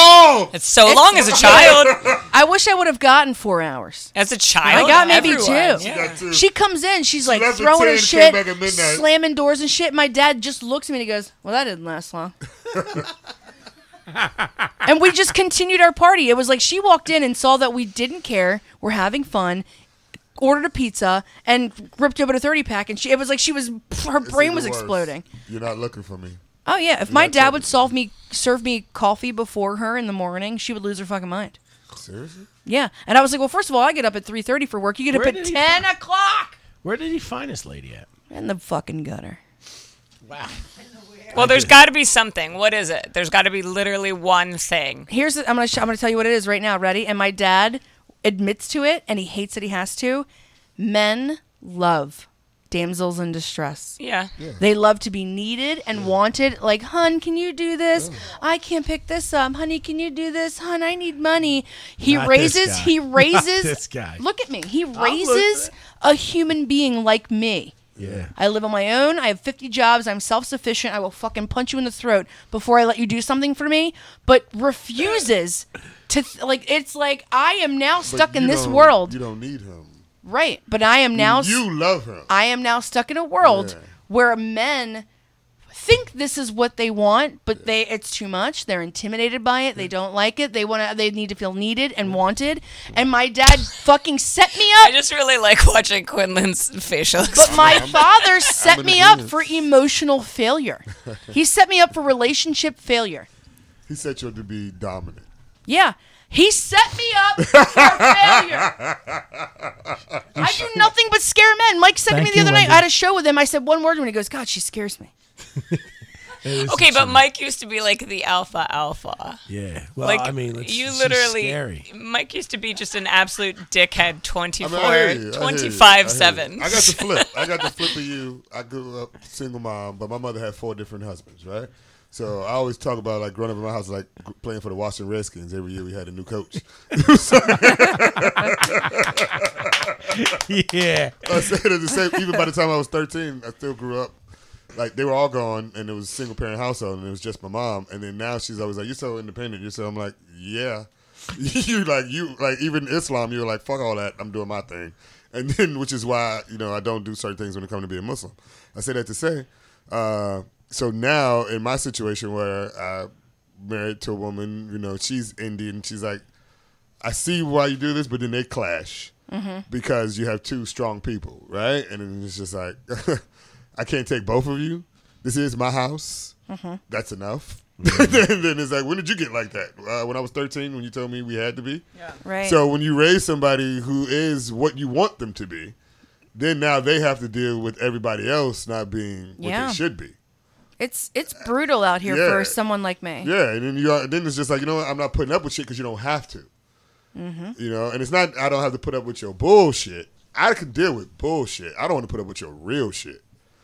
S7: long.
S8: it's so long as a child.
S5: I wish I would have gotten four hours.
S8: As a child,
S5: I got maybe
S8: everyone,
S5: two.
S8: yeah.
S7: Got two.
S5: She comes in, she's like
S7: left at
S5: throwing
S7: 10,
S5: her
S7: came
S5: shit,
S7: back at midnight.
S5: slamming doors and shit. My dad just looks at me and he goes, Well, that didn't last long. and we just continued our party. It was like she walked in and saw that we didn't care. We're having fun. Ordered a pizza and ripped open a thirty pack, and she it was like she was her
S7: This is
S5: brain
S7: the
S5: was
S7: worst.
S5: exploding.
S7: You're not looking for me.
S5: Oh yeah, if my
S7: that's
S5: dad
S7: it.
S5: would solve me serve me coffee before her in the morning, she would lose her fucking mind.
S7: Seriously?
S5: Yeah, and I was like, well, first of all, I get up at three thirty for work. You get
S1: Where
S5: up at
S1: did he-
S5: ten o'clock
S1: Where did he find this lady at?
S5: in the fucking gutter.
S1: Wow.
S8: Well, there's got to be something. What is it? There's got to be literally one thing.
S5: Here's the, I'm gonna sh- I'm gonna tell you what it is right now. Ready? And my dad admits to it, and he hates that he has to. Men love damsels in distress.
S8: Yeah.
S5: They love to be needed
S1: Mm.
S5: and wanted. Like, hun, can you do this? I can't pick this up. Honey, can you do this? Hun, I need money. He
S1: Not this
S5: raises.
S1: guy.
S5: He
S1: Not
S5: raises.
S1: this guy.
S5: Look at me. He
S1: look
S5: raises a human being like me.
S1: Yeah.
S5: I live on my own. I have 50 jobs. I'm self sufficient. I will fucking punch you in the throat before I let you do something for me, but refuses to, th- like, it's like I am now
S7: But
S5: stuck in
S7: you
S5: this
S7: don't-
S5: world.
S7: You don't need him.
S5: Right. But I am now, s-
S7: You love him.
S5: I am now stuck in a world
S7: Yeah.
S5: where men think this is what they want but they it's too much they're intimidated by it they don't like it they want to they need to feel needed and wanted and my dad fucking set me up
S8: I just really like watching Quinlan's facial.
S5: But my father set
S7: an
S5: me up
S7: agreement.
S5: for emotional failure. He set me up for relationship failure.
S7: He set you up to be dominant.
S5: Yeah. He set me up for failure. I do nothing but scare men. Mike said
S6: Thank
S5: to me the
S6: you,
S5: other night,
S6: Wendy.
S5: I had a show with him. I said one word to him, and he goes, God, she scares me.
S8: okay, but Mike used to be like the alpha alpha.
S1: Yeah. Well,
S8: Like
S1: I mean, it's,
S8: you
S1: it's just
S8: literally
S1: scary.
S8: Mike used to be just an absolute dickhead 24
S7: I mean, I hear you. I hear you. I hear you.
S8: 25 7.
S7: I got the flip. I got the flip of you. I grew up single mom, but my mother had four different husbands, right? So I always talk about like growing up in my house, like g- playing for the Washington Redskins. Every year we had a new coach.
S1: yeah.
S7: I said it the same. Even by the time I was 13, I still grew up. Like they were all gone, and it was a single parent household, and it was just my mom. And then now she's always like, "You're so independent." You're so. I'm like, yeah. you like you like even Islam. You're like, fuck all that. I'm doing my thing. And then, which is why you know I don't do certain things when it comes to being Muslim. I say that to say. Uh, so now in my situation where I married to a woman, you know, she's Indian. She's like, I see why you do this, but then they clash because you have two strong people, right? And then it's just like, I can't take both of you. This is my house.
S5: Mm-hmm.
S7: That's enough. then, then it's like, when did you get like that? Uh, when I was 13, when you told me we had to be. Yeah.
S5: Right.
S7: So when you raise somebody who is what you want them to be, then now they have to deal with everybody else not being what
S5: Yeah.
S7: they should be.
S5: It's it's brutal out here
S7: Yeah.
S5: for someone like me.
S7: Yeah, and then you are, then it's just like you know what? I'm not putting up with shit because you don't have to.
S5: Mm-hmm.
S7: You know, and it's not I don't have to put up with your bullshit. I can deal with bullshit. I don't want to put up with your real shit.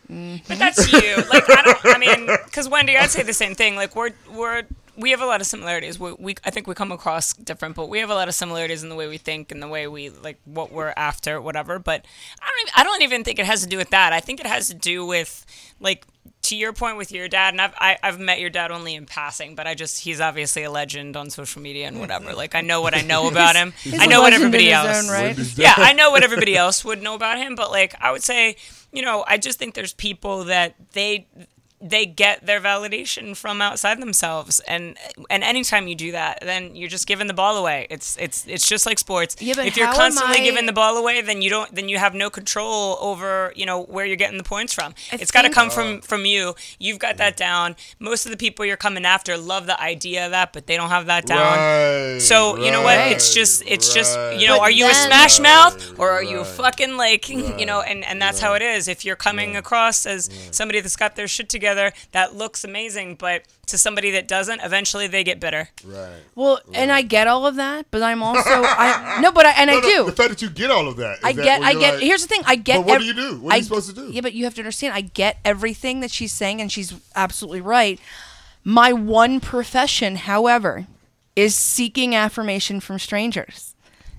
S8: But that's you. Like I don't. I mean, because Wendy, I'd say the same thing. Like we're we're we have a lot of similarities. We, we I think we come across different, but we have a lot of similarities in the way we think and the way we like what we're after, whatever. But I don't even, I don't even think it has to do with that. I think it has to do with like to your point with your dad, and I've I, I've met your dad only in passing, but I just he's obviously a legend on social media and whatever. Like I know what I know about him.
S5: Mm-hmm. He's
S8: I
S5: a
S8: know what
S5: legend in
S8: everybody
S5: his
S8: else.
S5: own right?
S8: yeah, I know what everybody else would know about him, but like I would say, you know, I just think there's people that they they get their validation from outside themselves and and anytime you do that then you're just giving the ball away it's it's it's just like sports
S5: Yeah, but
S8: if you're
S5: how am
S8: constantly
S5: I-
S8: giving the ball away then you don't then you have no control over you know where you're getting the points from
S5: I
S8: it's got to
S5: think-
S8: come from from you you've got that down most of the people you're coming after love the idea of that but they don't have that down
S7: Right,
S8: so you know what?
S7: right,
S8: It's just it's just
S7: right.
S8: you know,
S5: But
S8: are you a
S5: then-
S8: smash mouth or are you a
S7: Right,
S8: fucking like you know? And and that's how it is. If you're coming across as somebody that's got their shit together, that looks amazing, but to somebody that doesn't, eventually they get bitter.
S7: Right.
S5: Well, and I get all of that, but I'm also I no, but I, and I do.
S7: The fact that you get all of that. is
S5: I
S7: that
S5: get,
S7: when
S5: I
S7: you're
S5: get.
S7: like-
S5: here's the thing, I get.
S7: But what do you do? What are
S5: I-
S7: you supposed to do?
S5: Yeah, but you have to understand. I get everything that she's saying, and she's absolutely right. My one profession, however, is seeking affirmation from strangers.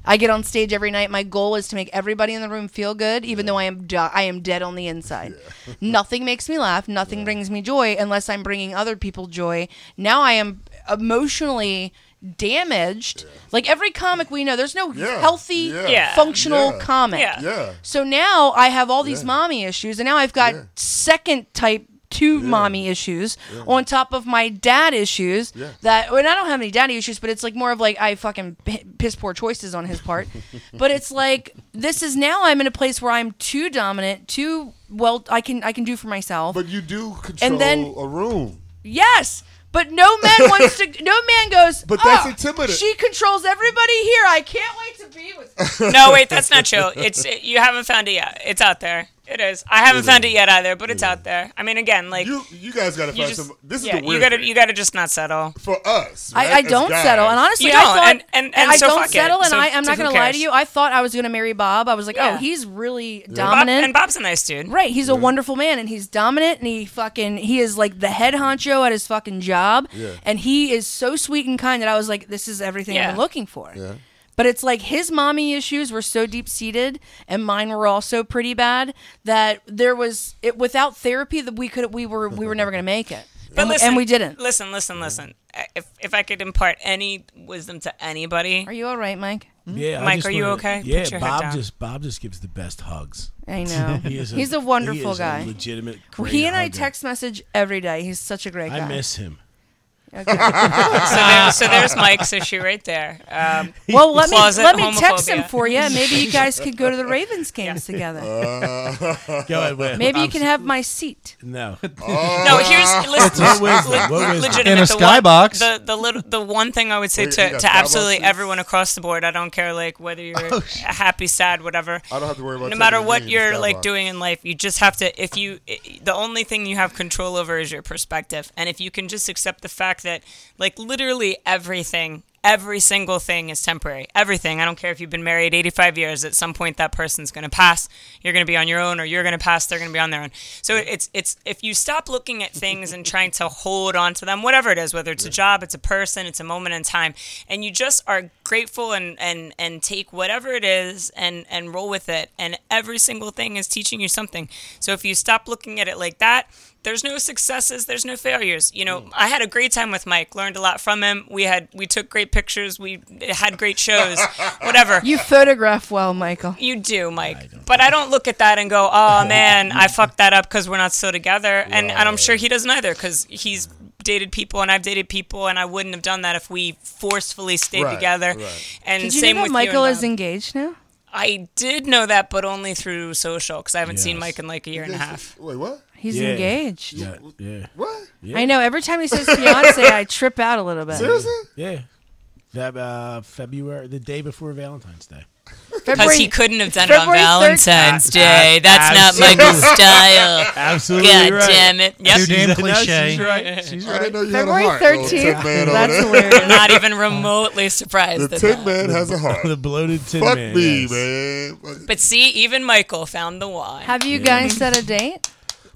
S5: I get on stage every night. My goal is to make everybody in the room feel good, even though I am di- I am dead on the inside. nothing makes me laugh. Nothing brings me joy unless I'm bringing other people joy. Now I am emotionally damaged. Like every comic we know, there's no
S7: Yeah.
S5: healthy,
S7: Yeah.
S8: Yeah.
S5: functional
S7: Yeah.
S5: comic.
S8: Yeah.
S7: yeah.
S5: So now I have all these mommy issues, and now I've got
S7: Yeah.
S5: second type two mommy issues on top of my dad issues.
S7: Yeah.
S5: That and I don't have any daddy issues, but it's like more of like I fucking p- piss poor choices on his part. but it's like this is now I'm in a place where I'm too dominant, too well. I can I can do for myself.
S7: But you do control
S5: then-
S7: a room.
S5: Yes, but no man wants to. No man goes.
S7: But that's
S5: "Oh,
S7: intimidating."
S5: She controls everybody here. I can't wait to be with. Her.
S8: No, wait, that's not true. It's it, you haven't found it yet. It's out there. It is. I haven't found it yet either, but it's out there. I mean, again, like
S7: You you guys gotta
S8: you
S7: find
S8: just-
S7: some this is
S8: yeah,
S7: the
S8: you
S7: weird
S8: gotta
S7: thing.
S8: you gotta just not settle.
S7: for us.
S5: I,
S7: right,
S5: I
S7: as
S5: don't
S7: guys.
S5: settle, and honestly,
S8: You
S5: I
S8: don't,
S5: thought,
S8: and- and- and
S5: I
S8: so
S5: don't
S8: fuck it.
S5: settle, and
S8: So-
S5: I, I'm
S8: so
S5: not
S8: who
S5: gonna lie to
S8: cares?
S5: you. I thought I was gonna marry Bob. I was like, oh,
S8: Yeah.
S5: he's really
S8: Bob,
S5: dominant.
S8: and Bob's a nice dude.
S5: Right, he's a wonderful man, and he's dominant, and he fucking he is like the head honcho at his fucking job,
S7: Yeah.
S5: and he is so sweet and kind that I was like, this is everything I've
S8: Yeah.
S5: been looking for.
S7: Yeah.
S5: But it's like his mommy issues were so deep seated, and mine were also pretty bad that there was it without therapy that we could we were we were never gonna make it.
S8: But
S5: and, we-
S8: listen,
S5: and we didn't.
S8: Listen, listen, listen. I- If if I could impart any wisdom to anybody,
S5: Are you all right, Mike?
S1: Yeah, I
S8: Mike,
S1: just
S8: are you
S1: wanna-
S8: okay? Put
S1: Yeah,
S8: your head
S1: Bob
S8: down.
S1: just Bob just gives the best hugs.
S5: I know
S1: He is
S5: he's a
S1: he
S5: wonderful
S1: is a
S5: guy.
S1: legitimate.
S5: Well,
S1: Great
S5: he and I
S1: hugger.
S5: text message every day. He's such a great guy.
S1: I miss him.
S8: so, there, so there's Mike's issue right there. Um,
S5: Well, let me
S8: Closet
S5: let me text him
S8: homophobia.
S5: for you. and Maybe you guys could go to the Ravens games
S1: Uh,
S5: together.
S7: Uh,
S1: Go ahead, wait,
S5: Maybe you
S1: I'm
S5: can
S1: s-
S5: have my seat.
S1: No,
S8: No, here's listen,
S1: What wisdom?
S8: le-
S1: What wisdom?
S8: legitimate.
S6: In a
S8: the
S6: skybox.
S8: One, the the little the one thing I would say
S7: Wait, you
S8: to,
S7: got
S8: to absolutely
S7: skyboxes?
S8: everyone across the board. I don't care like whether you're
S1: Oh,
S8: happy, sad, whatever.
S7: I don't have to worry about
S8: No
S7: taking
S8: matter
S7: a
S8: what
S7: knee in the
S8: you're like
S7: skybox.
S8: doing in life, you just have to. If you, i- the only thing you have control over is your perspective, and if you can just accept the fact that like literally everything. Every single thing is temporary. Everything. I don't care if you've been married 85 years. At some point, that person's going to pass. You're going to be on your own, or you're going to pass. They're going to be on their own. So it's it's if you stop looking at things and trying to hold on to them, whatever it is, whether it's a job, it's a person, it's a moment in time, and you just are grateful and and and take whatever it is and and roll with it. And every single thing is teaching you something. So if you stop looking at it like that, there's no successes, there's no failures. You know, I had a great time with Mike, learned a lot from him. We had we took great pictures, we had great shows, whatever.
S5: You photograph well, Michael.
S8: You do, Mike. but I don't look at that and go, "Oh man, I fucked that up because we're not still together." And, and I'm sure he doesn't either because he's dated people and I've dated people, and I wouldn't have done that if we forcefully stayed
S7: Right,
S8: together.
S7: right.
S8: And
S5: Did you
S8: same
S5: know
S8: with
S5: that Michael
S8: you and
S5: is
S8: Bob.
S5: engaged now?
S8: I did know that, but only through social because I haven't seen
S1: Yes.
S8: Mike in like a year and a half.
S7: Wait, what?
S5: He's
S1: Yeah.
S5: engaged.
S1: Yeah, yeah,
S7: What?
S5: I know. Every time he says fiance, I trip out a little bit.
S7: Seriously?
S1: yeah. Feb, uh, February, the day before Valentine's Day.
S8: Because
S5: February-
S8: he couldn't have done
S5: February
S8: it on
S5: third-
S8: Valentine's
S1: Ah,
S8: Day.
S1: ah,
S8: That's not
S1: absolutely.
S8: Michael's style.
S1: Absolutely
S8: God damn it.
S6: Too
S8: Yep.
S6: damn
S1: No, she's
S6: cliche.
S1: right. She's
S7: I
S1: right.
S7: didn't know you
S5: February
S7: had a heart. little
S5: 13th.
S7: Tin man over
S5: That's
S7: there.
S5: hilarious.
S8: Not even remotely surprised
S7: The
S8: at
S7: Tin
S8: that.
S7: Man has a heart.
S1: the bloated tin
S7: Fuck
S1: man.
S7: me,
S1: yes.
S7: man. But
S8: But see, even Michael found the one.
S5: Have you guys set a date?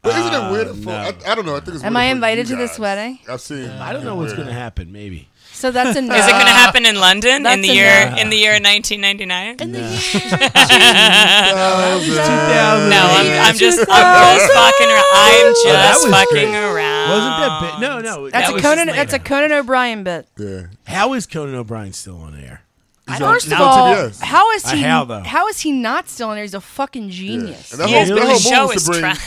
S7: isn't it weird? For,
S1: Ah, no.
S7: I, I don't know. I think it's
S5: Am
S7: weird
S5: I
S7: for you
S5: invited to this
S7: guys.
S5: wedding?
S7: I've seen.
S1: I don't know what's
S7: weird.
S1: going to happen. Maybe.
S5: So that's a no.
S8: Is it going to happen in London in
S5: Uh, That's
S8: the
S5: a
S8: year
S5: no.
S8: in the year 1999?
S1: No,
S8: No, I'm, I'm just I'm just fucking around. I'm
S1: that
S8: just
S1: was
S8: fucking
S1: great.
S8: around.
S1: Wasn't that bit? No, no.
S5: That's
S8: That
S5: a
S8: was
S5: Conan.
S8: just
S5: That's a Conan O'Brien bit.
S7: Yeah.
S1: How is Conan O'Brien still on air?
S5: First of
S7: now it's a
S5: all,
S7: yes.
S5: how is
S1: I
S5: he?
S1: have, though.
S5: How is he not still in there? He's a fucking
S7: Yeah.
S5: genius.
S7: And that whole,
S8: Yeah, the
S7: that whole
S8: show
S7: move was
S8: is
S7: to bring,
S8: try-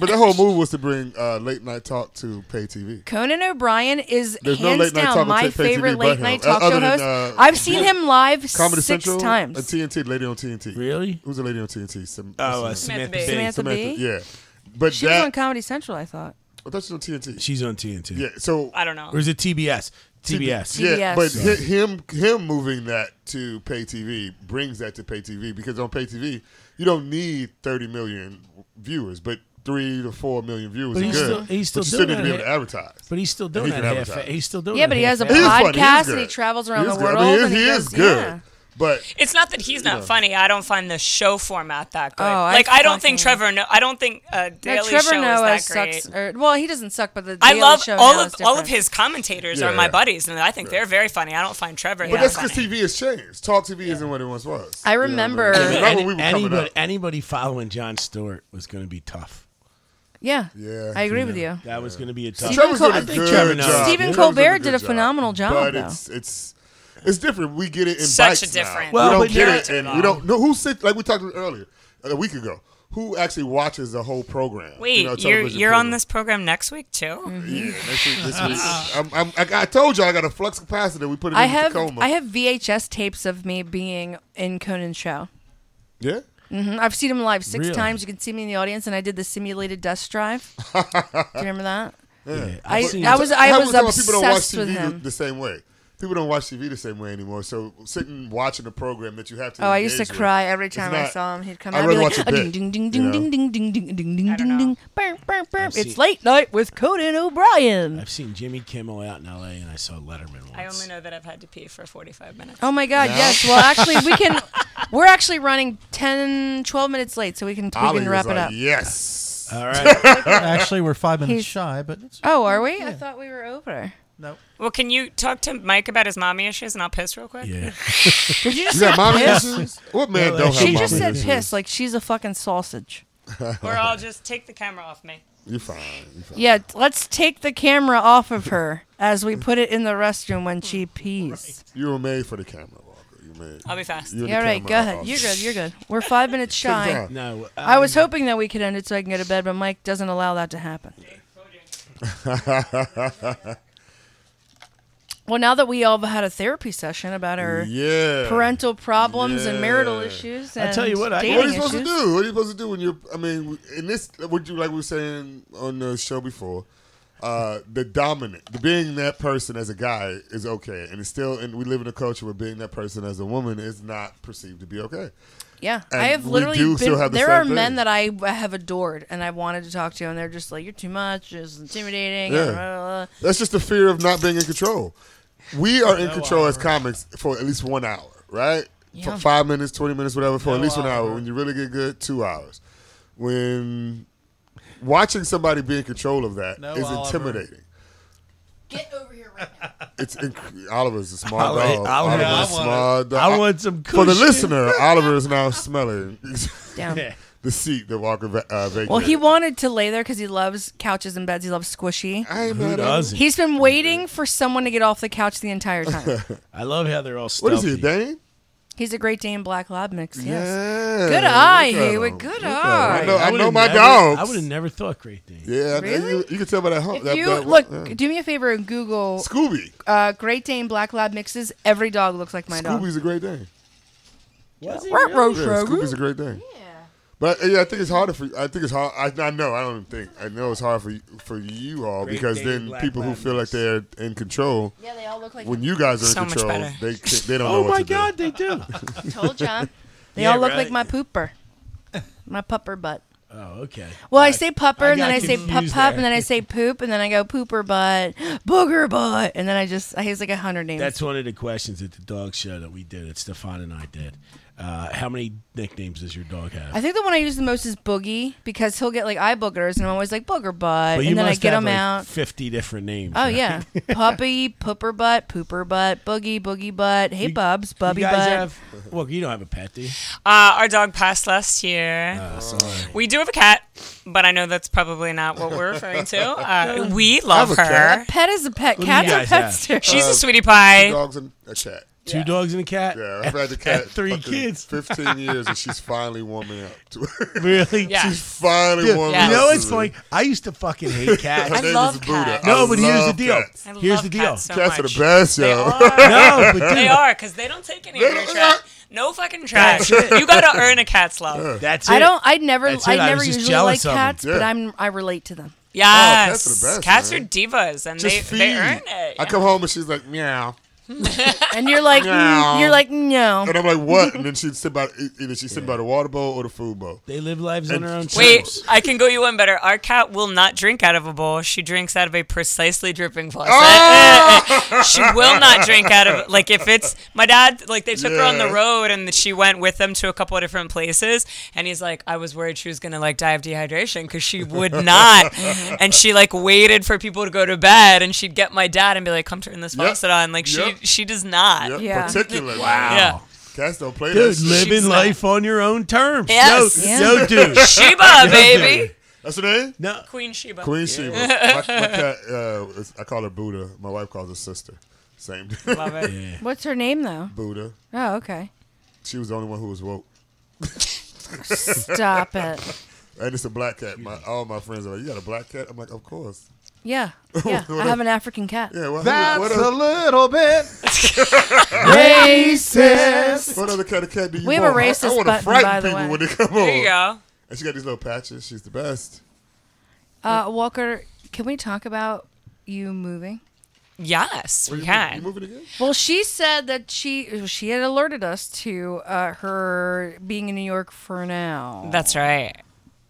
S7: but that whole move was to bring uh, late night talk to pay TV.
S5: Conan O'Brien is
S7: There's no
S5: hands
S7: late night talk
S5: down
S7: on
S5: my
S7: Tech Pay
S5: favorite
S7: TV but
S5: late
S7: him.
S5: night
S7: O-
S5: talk
S7: other
S5: show
S7: than,
S5: host.
S7: uh,
S5: I've seen him live
S7: Comedy
S5: six
S7: Central uh,
S5: times.
S7: and TNT. Lady on TNT.
S1: Really?
S7: Who's the lady on TNT? Some,
S1: Oh, uh,
S7: what's her name?
S8: Samantha
S1: Samantha,
S8: Bee.
S1: Bee.
S5: Samantha Bee.
S7: Yeah. But
S5: She was
S7: that
S5: on Comedy Central, I thought.
S7: I thought she was on TNT.
S1: She's on TNT.
S7: yeah. So
S8: I don't know.
S1: Or is it TBS? TBS.
S5: CBS.
S7: Yeah, but hi- him him moving that to pay TV brings that to pay TV because on pay TV you don't need thirty million viewers, but three to four million viewers.
S1: But
S7: is
S1: he's
S7: good,
S1: still- he's still
S7: but you still
S1: doing
S7: need to be able
S1: that.
S7: to advertise.
S1: But he's still doing
S7: He
S1: that.
S7: can
S1: Half,
S7: advertise.
S1: he's still doing.
S5: Yeah, but he has a
S1: half-
S7: He is funny. He is
S5: podcast and
S7: good.
S5: he travels around
S7: He is
S5: the
S7: good.
S5: world.
S7: I mean, he
S5: and
S7: is-
S5: he
S7: he
S5: does-
S7: is good,
S5: yeah.
S7: but
S8: It's not that he's not funny. I don't find the show format that good.
S5: Oh, I
S8: like I don't think
S5: fucking-
S8: Trevor. No, I don't think uh, Daily
S5: Yeah, Trevor
S8: Show
S5: Noah
S8: is that great.
S5: sucks. Or, well, he doesn't suck, but the
S8: I
S5: Daily
S8: love
S5: show
S8: all
S5: now
S8: of
S5: is
S8: all of
S5: different.
S8: his commentators
S7: Yeah,
S8: are my
S7: yeah.
S8: buddies, and I think they're very funny. I don't find Trevor.
S7: but
S8: that
S7: that's because
S8: funny.
S7: TV has changed. Talk TV isn't what it once was.
S5: I
S7: You know what
S5: remember-
S7: I mean? Not when we were coming
S1: anybody,
S7: up.
S1: anybody following John Stewart was going to be tough.
S5: Yeah,
S7: Yeah.
S5: I agree with you.
S1: That was going to be a tough.
S7: Trevor's
S5: Col-
S7: doing
S5: I
S7: a
S5: think
S7: good
S1: Trevor knows.
S7: job.
S5: Stephen
S7: Trevor's doing
S5: Colbert did a
S7: good job.
S5: phenomenal job,
S7: but
S5: though.
S7: it's it's it's different. We get it in
S8: Such
S7: bites
S8: a
S7: Now.
S8: different-
S1: Well,
S7: we
S1: but
S7: don't get
S1: now-
S7: it, and we don't know who sits. Like we talked earlier a week ago, who actually watches the whole program?
S8: Wait,
S7: you know,
S8: you're
S7: television
S8: you're on
S7: program.
S8: this program next week too.
S5: Mm-hmm.
S7: Yeah, next week, this week. I'm, I'm, I, got- I told you I got a flux capacitor. We put it
S5: Uh-huh. I
S7: in
S5: have
S7: Tacoma.
S5: I have VHS tapes of me being in Conan's show.
S7: yeah.
S5: Mhm. I've seen him live six
S1: Really?
S5: times. You can see me in the audience, and I did the simulated desk drive. Do you remember that?
S1: Yeah.
S5: I,
S1: I've seen-
S5: I was I
S7: How
S5: was
S7: many times people don't watch
S5: obsessed
S7: TV
S5: with
S7: the-
S5: him.
S7: the same way. People don't watch TV the same way anymore. So sitting watching a program that you have to.
S5: Oh, I used to
S7: engage with,
S5: cry every
S7: it's
S5: time I
S7: not-
S5: saw him. He'd come
S7: I'd
S5: out and be
S7: rather
S5: like,
S7: watch a
S5: "Ah, ding,
S7: bit,
S5: ding, ding,
S7: you
S5: ding,
S7: know?
S5: ding, ding, ding, ding, ding, ding, ding,
S8: know.
S5: ding. Burr, burr, burr. It's
S1: seen-
S5: late night with Conan O'Brien.
S1: I've seen Jimmy Kimmel out in L.A. and I saw Letterman once.
S8: I only know that I've had to pee for 45 minutes.
S5: Oh my God! Yes. Well, actually, we can. We're actually running 10, 12 minutes late, so we can we
S7: Ollie
S5: can
S7: was
S5: wrap it
S7: like,
S5: up.
S7: Yes.
S5: Uh,
S1: All right.
S6: Actually, we're five minutes
S5: He's-
S6: shy, but it's,
S5: Oh, are we? I thought we were over.
S6: no.
S8: Well, can you talk to Mike about his mommy issues, and I'll piss real quick.
S1: yeah.
S5: Did you just
S7: You got
S5: say
S7: mommy
S5: piss?
S7: issues? What man
S1: No,
S7: don't have
S5: She
S7: mommy
S5: just said
S7: issues?
S5: piss like she's a fucking sausage.
S8: Or I'll just take the camera off me.
S7: You're fine. You're fine.
S5: Yeah, t- let's take the camera off of her as we put it in the restroom when she pees.
S7: You were made for the camera, Walker. You made.
S8: I'll be fast.
S7: you're the
S5: Yeah, all right,
S7: camera
S5: go ahead.
S7: officer.
S5: You're good. You're good. We're five minutes
S7: Sit
S5: shy.
S7: down.
S1: No.
S5: I
S1: um,
S5: was hoping that we could end it so I can go to bed, but Mike doesn't allow that to happen. Well, now that we all have had a therapy session about our
S7: Yeah.
S5: parental problems and marital
S7: Yeah.
S5: issues, and
S1: I'll tell you what, I-
S5: dating
S7: What are you supposed
S5: issues.
S7: to do? What are you supposed to do when you're? I mean, in this, what you like we were saying on the show before, uh, the dominant, the being that person as a guy is okay, and it's still, and we live in a culture where being that person as a woman is not perceived to be okay.
S5: Yeah,
S7: And
S5: I have
S7: we
S5: literally
S7: do
S5: been.
S7: still have the
S5: there
S7: same
S5: are
S7: thing.
S5: men that I have adored and I wanted to talk to, and they're just like, "You're too much. It's intimidating."
S7: Yeah.
S5: and blah, blah, blah."
S7: That's just the fear of not being in control. We are in control as comics for at least one hour, right? For five minutes, twenty minutes, whatever. For at least one hour. When you really get good, two hours. When watching somebody be in control of that is
S6: No, Oliver.
S7: intimidating.
S5: Get over here right now.
S7: It's inc- Oliver's a small
S1: I'll-
S7: dog.
S1: I'll-
S7: Oliver's
S1: I
S7: a
S1: want
S7: small dog.
S1: I want some.
S7: for the
S1: cushion.
S7: listener. Oliver is now smelling
S5: Down.
S1: Yeah.
S7: the seat that Walker va- uh, vacated.
S5: Well, he wanted to lay there because he loves couches and beds. He loves squishy.
S7: I ain't mad
S1: Who
S7: at
S1: doesn't?
S5: He's been waiting for someone to get off the couch the entire time.
S1: I love how they're all.
S7: him. What is
S1: stealthy.
S7: he, a Dane?
S5: He's a Great Dane Black Lab mix. Yes.
S7: Yeah.
S5: Good eye,
S7: Look at
S5: Haywood.
S7: him.
S5: Good
S7: Look at him.
S5: eye.
S7: I know, I
S1: would've
S7: know my
S1: never-
S7: dogs.
S1: I would have never thought Great Dane.
S7: Yeah, I-
S5: Really?
S7: you, you can tell by that. home.
S5: If
S7: that,
S5: you
S7: that-
S5: look,
S7: yeah.
S5: do me a favor and Google
S7: Scooby.
S5: uh, Great Dane Black Lab mixes. Every dog looks like my dog.
S7: Scooby's a great day.
S5: Ruh, ruh,
S7: Yeah,
S5: ruh, ruh.
S7: Scooby's a great day. Yeah. But uh, yeah, I think it's harder for. I think it's hard. I, I know. I don't think. I know it's hard for you, for you all
S1: Great
S7: because
S1: Dane,
S7: then
S1: Black
S7: people who
S1: Lab
S7: feel like
S1: mix.
S7: they're in control.
S5: Yeah, they all look like.
S7: When you guys are in
S8: So much
S7: control,
S8: better.
S7: they ca- they don't know
S1: Oh
S7: what
S1: my
S7: to do.
S1: God, they do.
S5: told ya. They
S1: Yeah,
S5: all look
S1: right.
S5: like my pooper, my pupper butt.
S1: oh, okay.
S5: Well, I say pupper,
S1: I
S5: and then
S1: got
S5: I say pup
S1: confused
S5: pup,
S1: there.
S5: and then I say poop, and then I go pooper butt, booger butt, and then I just I use like a hundred names.
S1: That's one of the questions at the dog show that we did. That Stefan and I did. Uh, how many nicknames does your dog have?
S5: I think the one I use the most is boogie because he'll get like eye boogers, and I'm always like booger butt,
S1: But you
S5: and then I
S1: must
S5: get
S1: have,
S5: him
S1: like,
S5: out.
S1: Fifty different names.
S5: Oh
S1: right?
S5: yeah, puppy, pooper butt, pooper butt, boogie, boogie butt. Hey,
S1: You-
S5: Bubs, Bubby
S1: you guys
S5: butt.
S1: have. Well, you don't have a pet, do you?
S8: Uh, our dog passed last year.
S7: Ah,
S8: We do have a cat, but I know that's probably not what we're referring to. Uh, we love
S7: a
S8: her.
S7: cat? Uh,
S5: pet is a pet.
S1: do
S5: Cats
S1: you
S5: are
S1: guys
S5: pets too.
S8: She's a sweetie
S7: Two
S8: pie.
S7: dogs and a cat.
S1: Two dogs and a cat.
S7: Yeah, I've had the cat
S1: And three
S7: fucking
S1: kids.
S7: Fifteen years, and she's finally warming up. To it.
S1: Really?
S8: Yeah.
S7: she's finally warming
S8: Yeah.
S7: up.
S1: You know,
S7: to
S1: it's
S7: it.
S1: like I used to fucking hate cats.
S7: Her
S8: I
S7: name
S8: love
S7: is Buddha.
S8: cats.
S7: I
S1: No, but here's the
S7: love
S1: deal.
S7: Cats,
S8: I love
S1: Here's the deal.
S8: Cats, so
S7: Cats are
S8: much.
S7: the best,
S8: They
S7: yo.
S8: are.
S1: no, but dude,
S8: They are because they don't take any of
S7: They
S8: your
S7: don't-
S8: trash. No fucking trash.
S1: That's it.
S8: You gotta earn a cat's love.
S1: that's it.
S5: I don't. I never.
S1: That's it,
S5: I
S1: I was
S5: never
S1: just
S5: usually like
S1: jealous of 'em.
S5: cats, but
S7: Yeah.
S5: I'm. I relate to them.
S8: Yes,
S7: Oh, cats are the best,
S8: Cats
S7: man.
S8: are divas, and
S7: Just
S8: they
S7: feed.
S8: they earn it.
S7: I come home and she's like meow,
S5: And you're like,
S7: No.
S5: mm, you're like, no.
S7: and I'm like what? And then she'd sit by e-, either she'd sit by the water bowl or the food bowl.
S1: They live lives on
S7: And-
S1: their own.
S8: Wait,
S1: terms.
S8: I can go you one better. Our cat will not drink out of a bowl. She drinks out of a precisely dripping faucet. she will not drink out of like if it's my dad. Like they took her on the
S7: Yeah.
S8: road and she went with them to a couple of different places. And he's like, I was worried she was gonna like die of dehydration because she would not. and she like waited for people to go to bed and she'd get my dad and be like, come turn this
S7: Yep.
S8: faucet on. Like
S7: Yep.
S8: she she does not.
S7: Yep,
S5: Yeah.
S7: particularly.
S8: Yeah.
S7: Cats don't play that
S1: Dude,
S7: shit.
S1: living
S8: She's not-
S1: life on your own terms.
S8: Yes.
S1: Yo,
S5: Yeah.
S1: yo, dude.
S8: Sheba, baby.
S7: That's her name.
S1: No,
S8: Queen Sheba.
S7: Queen Sheba. My, my cat, uh, is- I call her Buddha. My wife calls her sister. Same thing.
S8: Love it.
S5: What's her name though?
S7: Buddha.
S5: Oh, okay.
S7: She was the only one who was woke.
S5: Stop it.
S7: And it's a black cat. My all my friends are like, "You got a black cat?" I'm like, "Of course."
S5: Yeah, yeah. I have an African cat.
S7: Yeah. Well,
S9: That's
S7: what,
S9: a
S7: other,
S9: little bit
S5: Racist.
S7: what other kind of cat do you
S5: We have a
S7: want? I,
S5: racist
S7: I wanna
S5: button,
S7: frighten
S5: by the
S7: people
S5: way.
S7: when they come
S8: There
S7: on.
S8: you go.
S7: And she got these little patches. She's the best.
S5: Uh, Walker, can we talk about you moving?
S8: Yes,
S7: Where
S8: we
S7: you,
S8: can.
S7: You moving again?
S5: Well, she said that she she had alerted us to uh, her being in New York for now.
S8: That's right.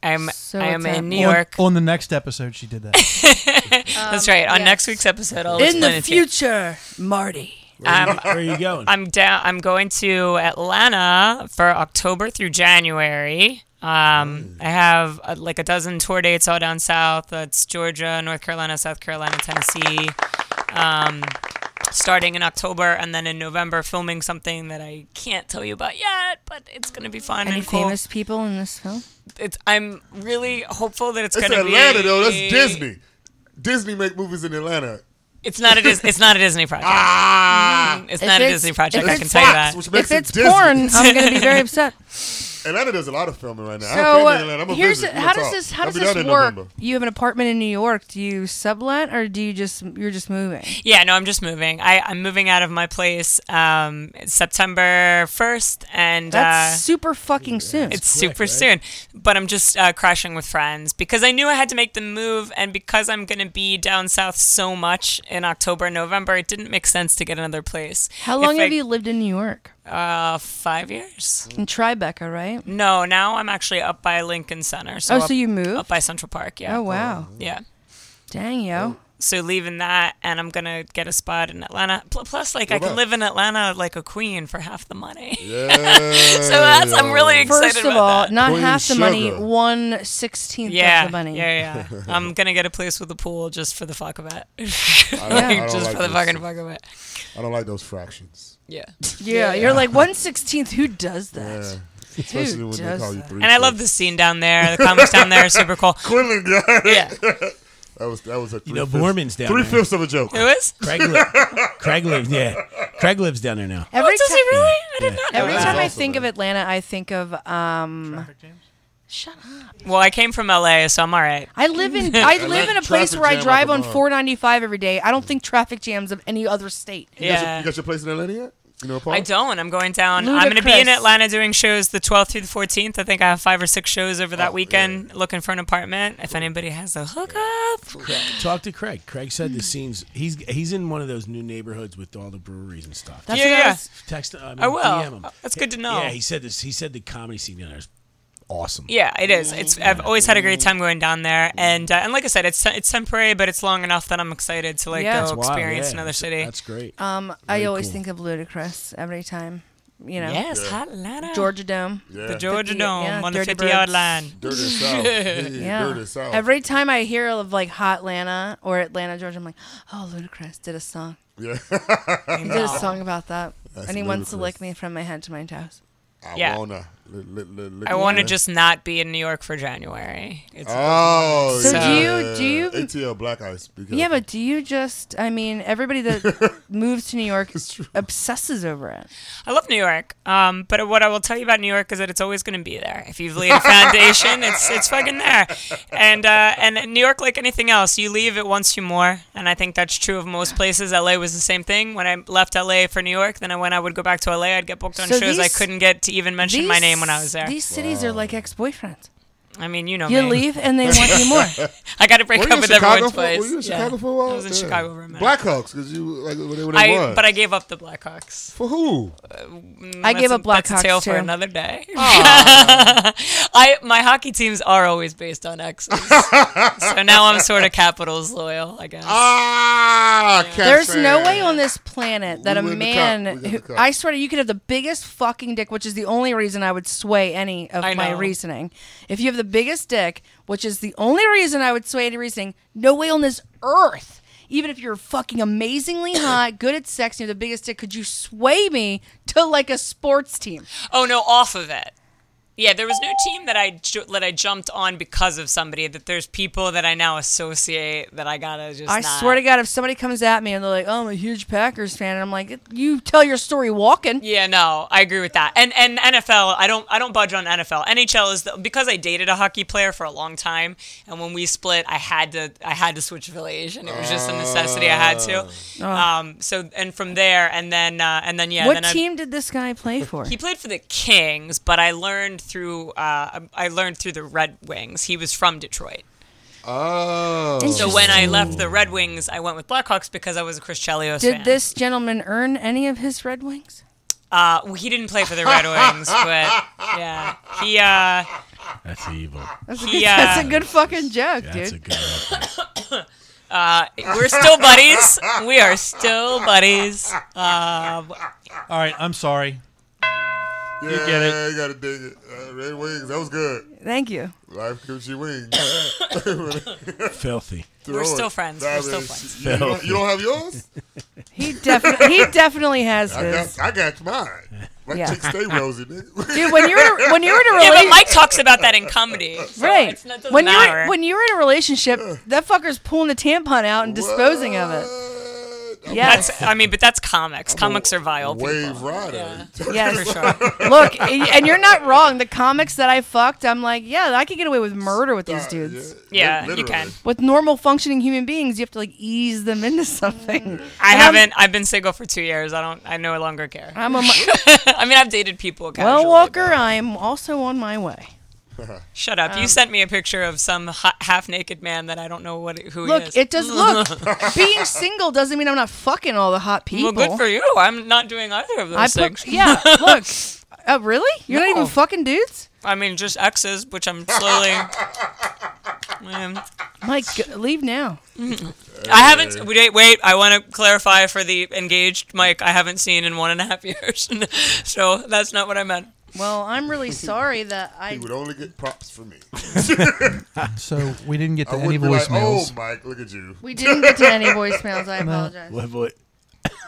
S8: I'm
S5: So
S8: I am
S5: it's
S8: in
S5: a-
S8: New York.
S6: On, on the next episode, she did that.
S8: That's right. On
S5: yes.
S8: next week's episode, I'll
S5: in
S8: explain
S5: the
S8: it to you.
S5: future, Marty.
S8: Um,
S1: where are you going?
S8: I'm down. I'm going to Atlanta for October through January. Um, I have uh, like a dozen tour dates all down south. That's Georgia, North Carolina, South Carolina, Tennessee. Um, starting in October and then in November, filming something that I can't tell you about yet, but it's gonna be fun
S5: Any
S8: and cool.
S5: famous people in this film?
S8: It's, I'm really hopeful that it's,
S7: It's
S8: gonna
S7: Atlanta
S8: be
S7: though. That's Disney. Disney make movies in Atlanta.
S8: It's not a Dis- it's not a Disney project. Mm, it's
S5: If
S8: not a
S5: it's-
S8: Disney
S5: if
S8: project. I
S5: it's
S8: can
S7: Fox,
S8: tell you that.
S7: Which makes
S5: If
S7: it
S5: it's
S7: Disney.
S5: porn, I'm going to be very upset.
S7: Atlanta does a lot of filming right now. I'm
S5: So
S7: filming in Atlanta. I'm
S5: uh,
S7: gonna
S5: here's
S7: visit. We'll
S5: how does
S7: talk.
S5: this how
S7: I'll
S5: does
S7: be down
S5: this
S7: in
S5: work?
S7: November.
S5: You have an apartment in New York. Do you sublet or do you just you're just moving?
S8: Yeah, no, I'm just moving. I, I'm moving out of my place um, September 1st, and
S5: That's
S8: uh,
S5: super fucking soon.
S8: it's super soon. But I'm just uh, crashing with friends because I knew I had to make the move, and because I'm going to be down south so much in October and November, it didn't make sense to get another place.
S5: how
S8: If
S5: long have
S8: I-
S5: you lived in New York?
S8: Uh, five years.
S5: In Tribeca, right?
S8: No, now I'm actually up by Lincoln Center. So
S5: Oh,
S8: up,
S5: so you
S8: up
S5: moved?
S8: by Central Park? Yeah.
S5: Oh wow,
S8: Yeah.
S5: dang yo.
S8: So leaving that, and I'm gonna get a spot in Atlanta. Pl- Plus, like I
S7: What
S8: can
S7: about-
S8: live in Atlanta like a queen for half the money.
S7: Yeah.
S8: so that's I'm really excited
S5: First of
S8: about
S5: all,
S8: that.
S5: not
S7: Queen
S5: half the money,
S7: Sugar.
S5: one sixteenth
S8: yeah,
S5: of the money.
S8: yeah, yeah. I'm gonna get a place with a pool just for the fuck of it.
S7: I don't like
S8: just for the
S7: this.
S8: fucking fuck of it.
S7: I don't like those fractions.
S8: Yeah.
S5: Yeah, you're like one sixteenth. Who does that?
S7: Yeah. Especially when they
S5: does
S7: call you
S5: that?
S7: three.
S8: And I love the scene down there. The comics down there are super cool.
S7: Quinlan guy.
S8: Yeah.
S7: That was that was a three
S1: know, Borman's down there.
S7: three fifths of a joke.
S8: Who is?
S1: Craig, li- Craig lives. Yeah, Craig lives down there now.
S5: Every
S8: Oh, Does he
S5: time,
S8: really? I did not know
S5: every
S8: that.
S5: time I
S7: also
S5: think of
S7: there.
S5: Atlanta, I think of um.
S6: Traffic jams.
S5: Shut up.
S8: Well, I came from LA, so I'm all right.
S5: I live in I live in a place
S7: traffic
S5: where I
S7: jam
S5: drive
S7: up
S5: on
S7: above.
S5: 495 every day. I don't think traffic jams of any other state.
S7: You got your-
S8: Yeah.
S7: You got your place in Atlanta yet? You know, Paul?
S8: I don't. I'm going down. I'm going to be in
S5: Ludicrous.
S8: Atlanta doing shows the 12th through the 14th. I think I have five or six shows over
S5: Oh,
S8: that weekend looking for an apartment. If anybody has a hookup,
S1: Talk to Craig. Craig said the scenes. He's he's in one of those new neighborhoods with all the breweries and stuff.
S5: That's
S8: Yeah,
S5: what I
S8: yeah.
S5: was-
S1: Text. I, mean,
S8: I will.
S1: DM him.
S8: That's good to know.
S1: Yeah, he said this. He said the comedy scene down there is awesome.
S8: yeah, it is. It's. I've always had a great time going down there, and uh, and like I said, it's it's temporary, but it's long enough that I'm excited to like
S5: Yeah.
S8: go
S5: That's
S1: Wow,
S8: experience
S1: yeah,
S8: another
S1: that's-
S8: city.
S1: That's great.
S5: Um, I
S1: Very
S5: always
S1: cool.
S5: think of Ludacris every time. You know,
S8: yes, hot Atlanta,
S5: Georgia Dome.
S7: Yeah.
S8: the Georgia
S5: 50,
S8: Dome
S5: yeah,
S8: on the
S5: Dirty
S8: 50 yard
S5: Birds.
S8: line.
S7: Dirt and South.
S5: Yeah.
S7: yeah. Dirt and South.
S5: Every time I hear of like Hot Atlanta or Atlanta, Georgia, I'm like, oh, Ludacris did a song.
S7: yeah.
S5: He did a
S8: Ah.
S5: song about that. and he wants to
S7: Ludacris.
S5: lick me from my head to my toes.
S7: I
S8: Yeah.
S7: wanna. li- li- li- li-
S8: I want to
S7: yeah.
S8: just not be in New York for January. It's,
S7: Oh,
S5: So do
S7: yeah.
S5: you- do you-
S7: ATL Black Ice? Because
S5: Yeah, but do you just? I mean, everybody that moves to New York
S7: true.
S5: obsesses over it.
S8: I love New York, um, but what I will tell you about New York is that it's always going to be there. If you've laid a foundation, it's it's fucking there. And uh, and New York, like anything else, you leave it once you more. And I think that's true of most places. LA was the same thing. When I left LA for New York, then I, when I would go back to LA, I'd get booked on
S5: So
S8: shows I
S5: these-
S8: couldn't get to even mention my name when I was there.
S5: These cities are like ex-boyfriends.
S8: I mean, you know
S5: You
S8: me.
S5: leave and they want you more.
S8: I got to break
S7: Were you
S8: up
S7: in
S8: with
S7: Chicago
S8: everyone
S7: for? Were
S8: twice.
S7: you in
S8: Yeah.
S7: Chicago for a while?
S8: I was in
S7: Yeah.
S8: Chicago for a minute.
S7: Blackhawks, because you like when they, when they
S8: I,
S7: won.
S8: but I gave up the Blackhawks.
S7: for who?
S5: I
S8: Mm, That's
S5: gave
S8: a-
S5: up Black
S8: that's a
S5: Hawks,
S8: tale for
S5: too.
S8: another day. I my hockey teams are always based on exes, so now I'm sort of Capitals loyal, I guess.
S5: Uh,
S7: Ah, Cats
S5: There's no
S7: fan.
S5: way on this planet that
S7: We
S5: a
S7: win the cup.
S5: man.
S7: We got
S5: Who,
S7: the cup.
S5: I swear to you, you could have the biggest fucking dick, which is the only reason I would sway any of
S8: I
S5: my
S8: know.
S5: reasoning. If you have the biggest dick, which is the only reason I would sway any reasoning, no way on this earth. Even if you're fucking amazingly hot, good at sex, and you have the biggest dick, could you sway me to like a sports team?
S8: oh no, off of it. Yeah, there was no team that I ju- that I jumped on because of somebody. That there's people that I now associate that I gotta just.
S5: I swear to God, if somebody comes at me and they're like, "Oh, I'm a huge Packers fan," and I'm like, "You tell your story walking."
S8: Yeah, no, I agree with that. And and NFL, I don't I don't budge on NFL. NHL is the, because I dated a hockey player for a long time, and when we split, I had to I had to switch affiliation. It was just a necessity. I had to. Um. So and from there, and then uh, and then yeah.
S5: Oh. what
S8: then I-
S5: team did this guy play for?
S8: he played for the Kings, but I learned through uh, I learned through the Red Wings. He was from Detroit.
S7: Oh,
S8: So when I left the Red Wings, I went with Blackhawks because I was a Chris Chelios
S5: Did
S8: fan.
S5: this gentleman earn any of his Red Wings?
S8: Uh, well, he didn't play for the Red Wings, but yeah, he. Uh,
S1: That's evil.
S5: That's a,
S8: He,
S5: good,
S8: uh,
S5: that's a good fucking joke,
S1: That's a
S5: dude.
S1: good. reference.
S8: We're still buddies. We are still buddies. Uh,
S6: All right, I'm sorry.
S7: yeah,
S6: you get it.
S7: You gotta dig it. Uh, Red Wings, that was good.
S5: Thank you.
S7: Life gives you wings.
S1: Filthy.
S8: We're
S7: Throw
S8: still
S7: it.
S8: friends.
S7: That
S8: We're still
S7: is-
S8: friends.
S7: You, don't, you don't have yours?
S5: He definitely he definitely has
S7: I
S5: his.
S7: got, I got mine. My
S5: Yeah.
S7: cheeks stay rosy, nigga.
S5: Dude, when you're in a- when you're in a
S8: Yeah, but
S5: relationship,
S8: Mike talks about that in comedy. So
S5: right?
S8: It's, it doesn't
S5: When
S8: matter.
S5: you're when you're in a relationship, that fucker's pulling the tampon out and disposing of it.
S7: it.
S5: Yes,
S8: that's, I mean, but that's comics. Comics are vile
S7: Wave
S8: people.
S7: rider.
S8: For
S5: yes.
S8: sure.
S5: Look, and you're not wrong. The comics that I fucked, I'm like, yeah, I could get away with murder with these dudes.
S8: Yeah,
S7: li-
S8: you can.
S7: literally.
S5: With normal functioning human beings, you have to like ease them into something.
S8: I
S5: And I'm-
S8: haven't. I've been single for two years. I don't. I no longer care.
S5: I'm a mi-
S8: I mean, I've dated people. Casually,
S5: well, Walker. I'm also on my way.
S8: but- Shut up.
S5: um,
S8: you sent me a picture of some ha- half-naked man that I don't know what who he
S5: Look,
S8: is.
S5: it does look. being single doesn't mean I'm not fucking all the hot people.
S8: well, good for you. I'm not doing either of those
S5: I
S8: things.
S5: put, yeah, look. Oh, really? You're not even
S8: No.
S5: fucking dudes?
S8: I mean, just exes, which I'm slowly. Man.
S5: Mike, g- leave now.
S8: I haven't. Wait, wait. I want to clarify for the engaged Mike. I haven't seen in one and a half years, so that's not what I meant.
S5: Well, I'm really sorry that
S7: He
S5: I.
S7: would only get props for me.
S6: So we didn't get
S7: I
S6: to
S7: would be
S6: any
S7: like, oh,
S6: voicemails.
S7: Mike, look at you.
S5: We didn't get to any voicemails. I apologize.
S1: What, what,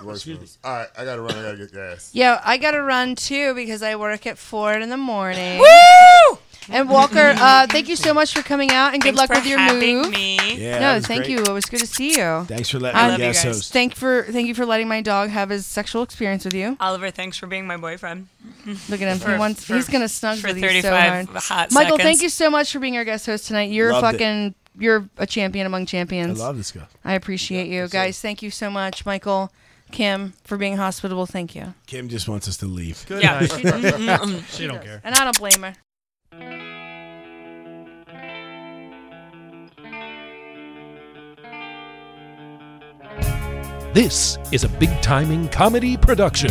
S7: Voicemails. All right, I gotta run. I gotta get gas.
S5: Yeah, I gotta run too because I work at Ford in the morning.
S8: Woo!
S5: And Walker, uh, thank you so much for coming out and good
S8: Thanks
S5: luck
S8: for
S5: with your
S8: having
S5: move.
S8: me.
S1: Yeah, that
S5: no,
S1: was
S5: thank
S1: great.
S5: you. It was good to see you.
S1: Thanks for
S8: I
S1: letting me
S8: love you
S1: guest
S8: guys.
S1: host.
S5: Thank for thank you for letting my dog have his sexual experience with you.
S8: Oliver, thanks for being my boyfriend.
S5: Look at him.
S8: For-
S5: he wants,
S8: for-
S5: he's gonna snuggle
S8: for
S5: with you so
S8: 35
S5: hard.
S8: hot
S5: Michael,
S8: seconds.
S5: thank you so much for being our guest host tonight. You're
S1: Loved it.
S5: fucking you're a champion among
S1: I
S5: champions.
S1: love this guy.
S5: I appreciate you guys. Thank you so much, Michael, Kim, for being hospitable. Thank you.
S1: Kim just wants us to leave.
S6: Good
S8: Yeah.
S6: night. she don't care.
S5: And I don't blame her.
S9: This is a big timing comedy production.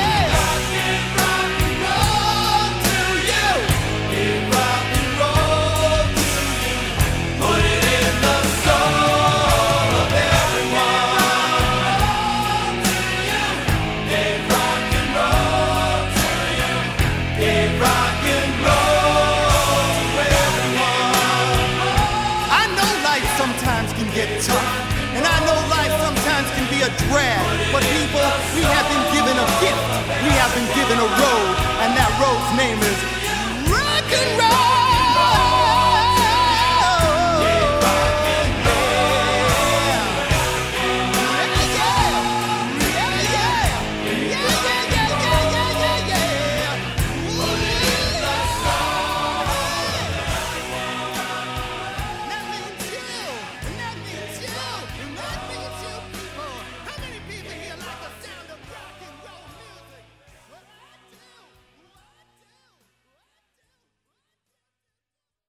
S10: Yeah! a drag. But people, we have been given a gift. We have been given a road, and that road's name is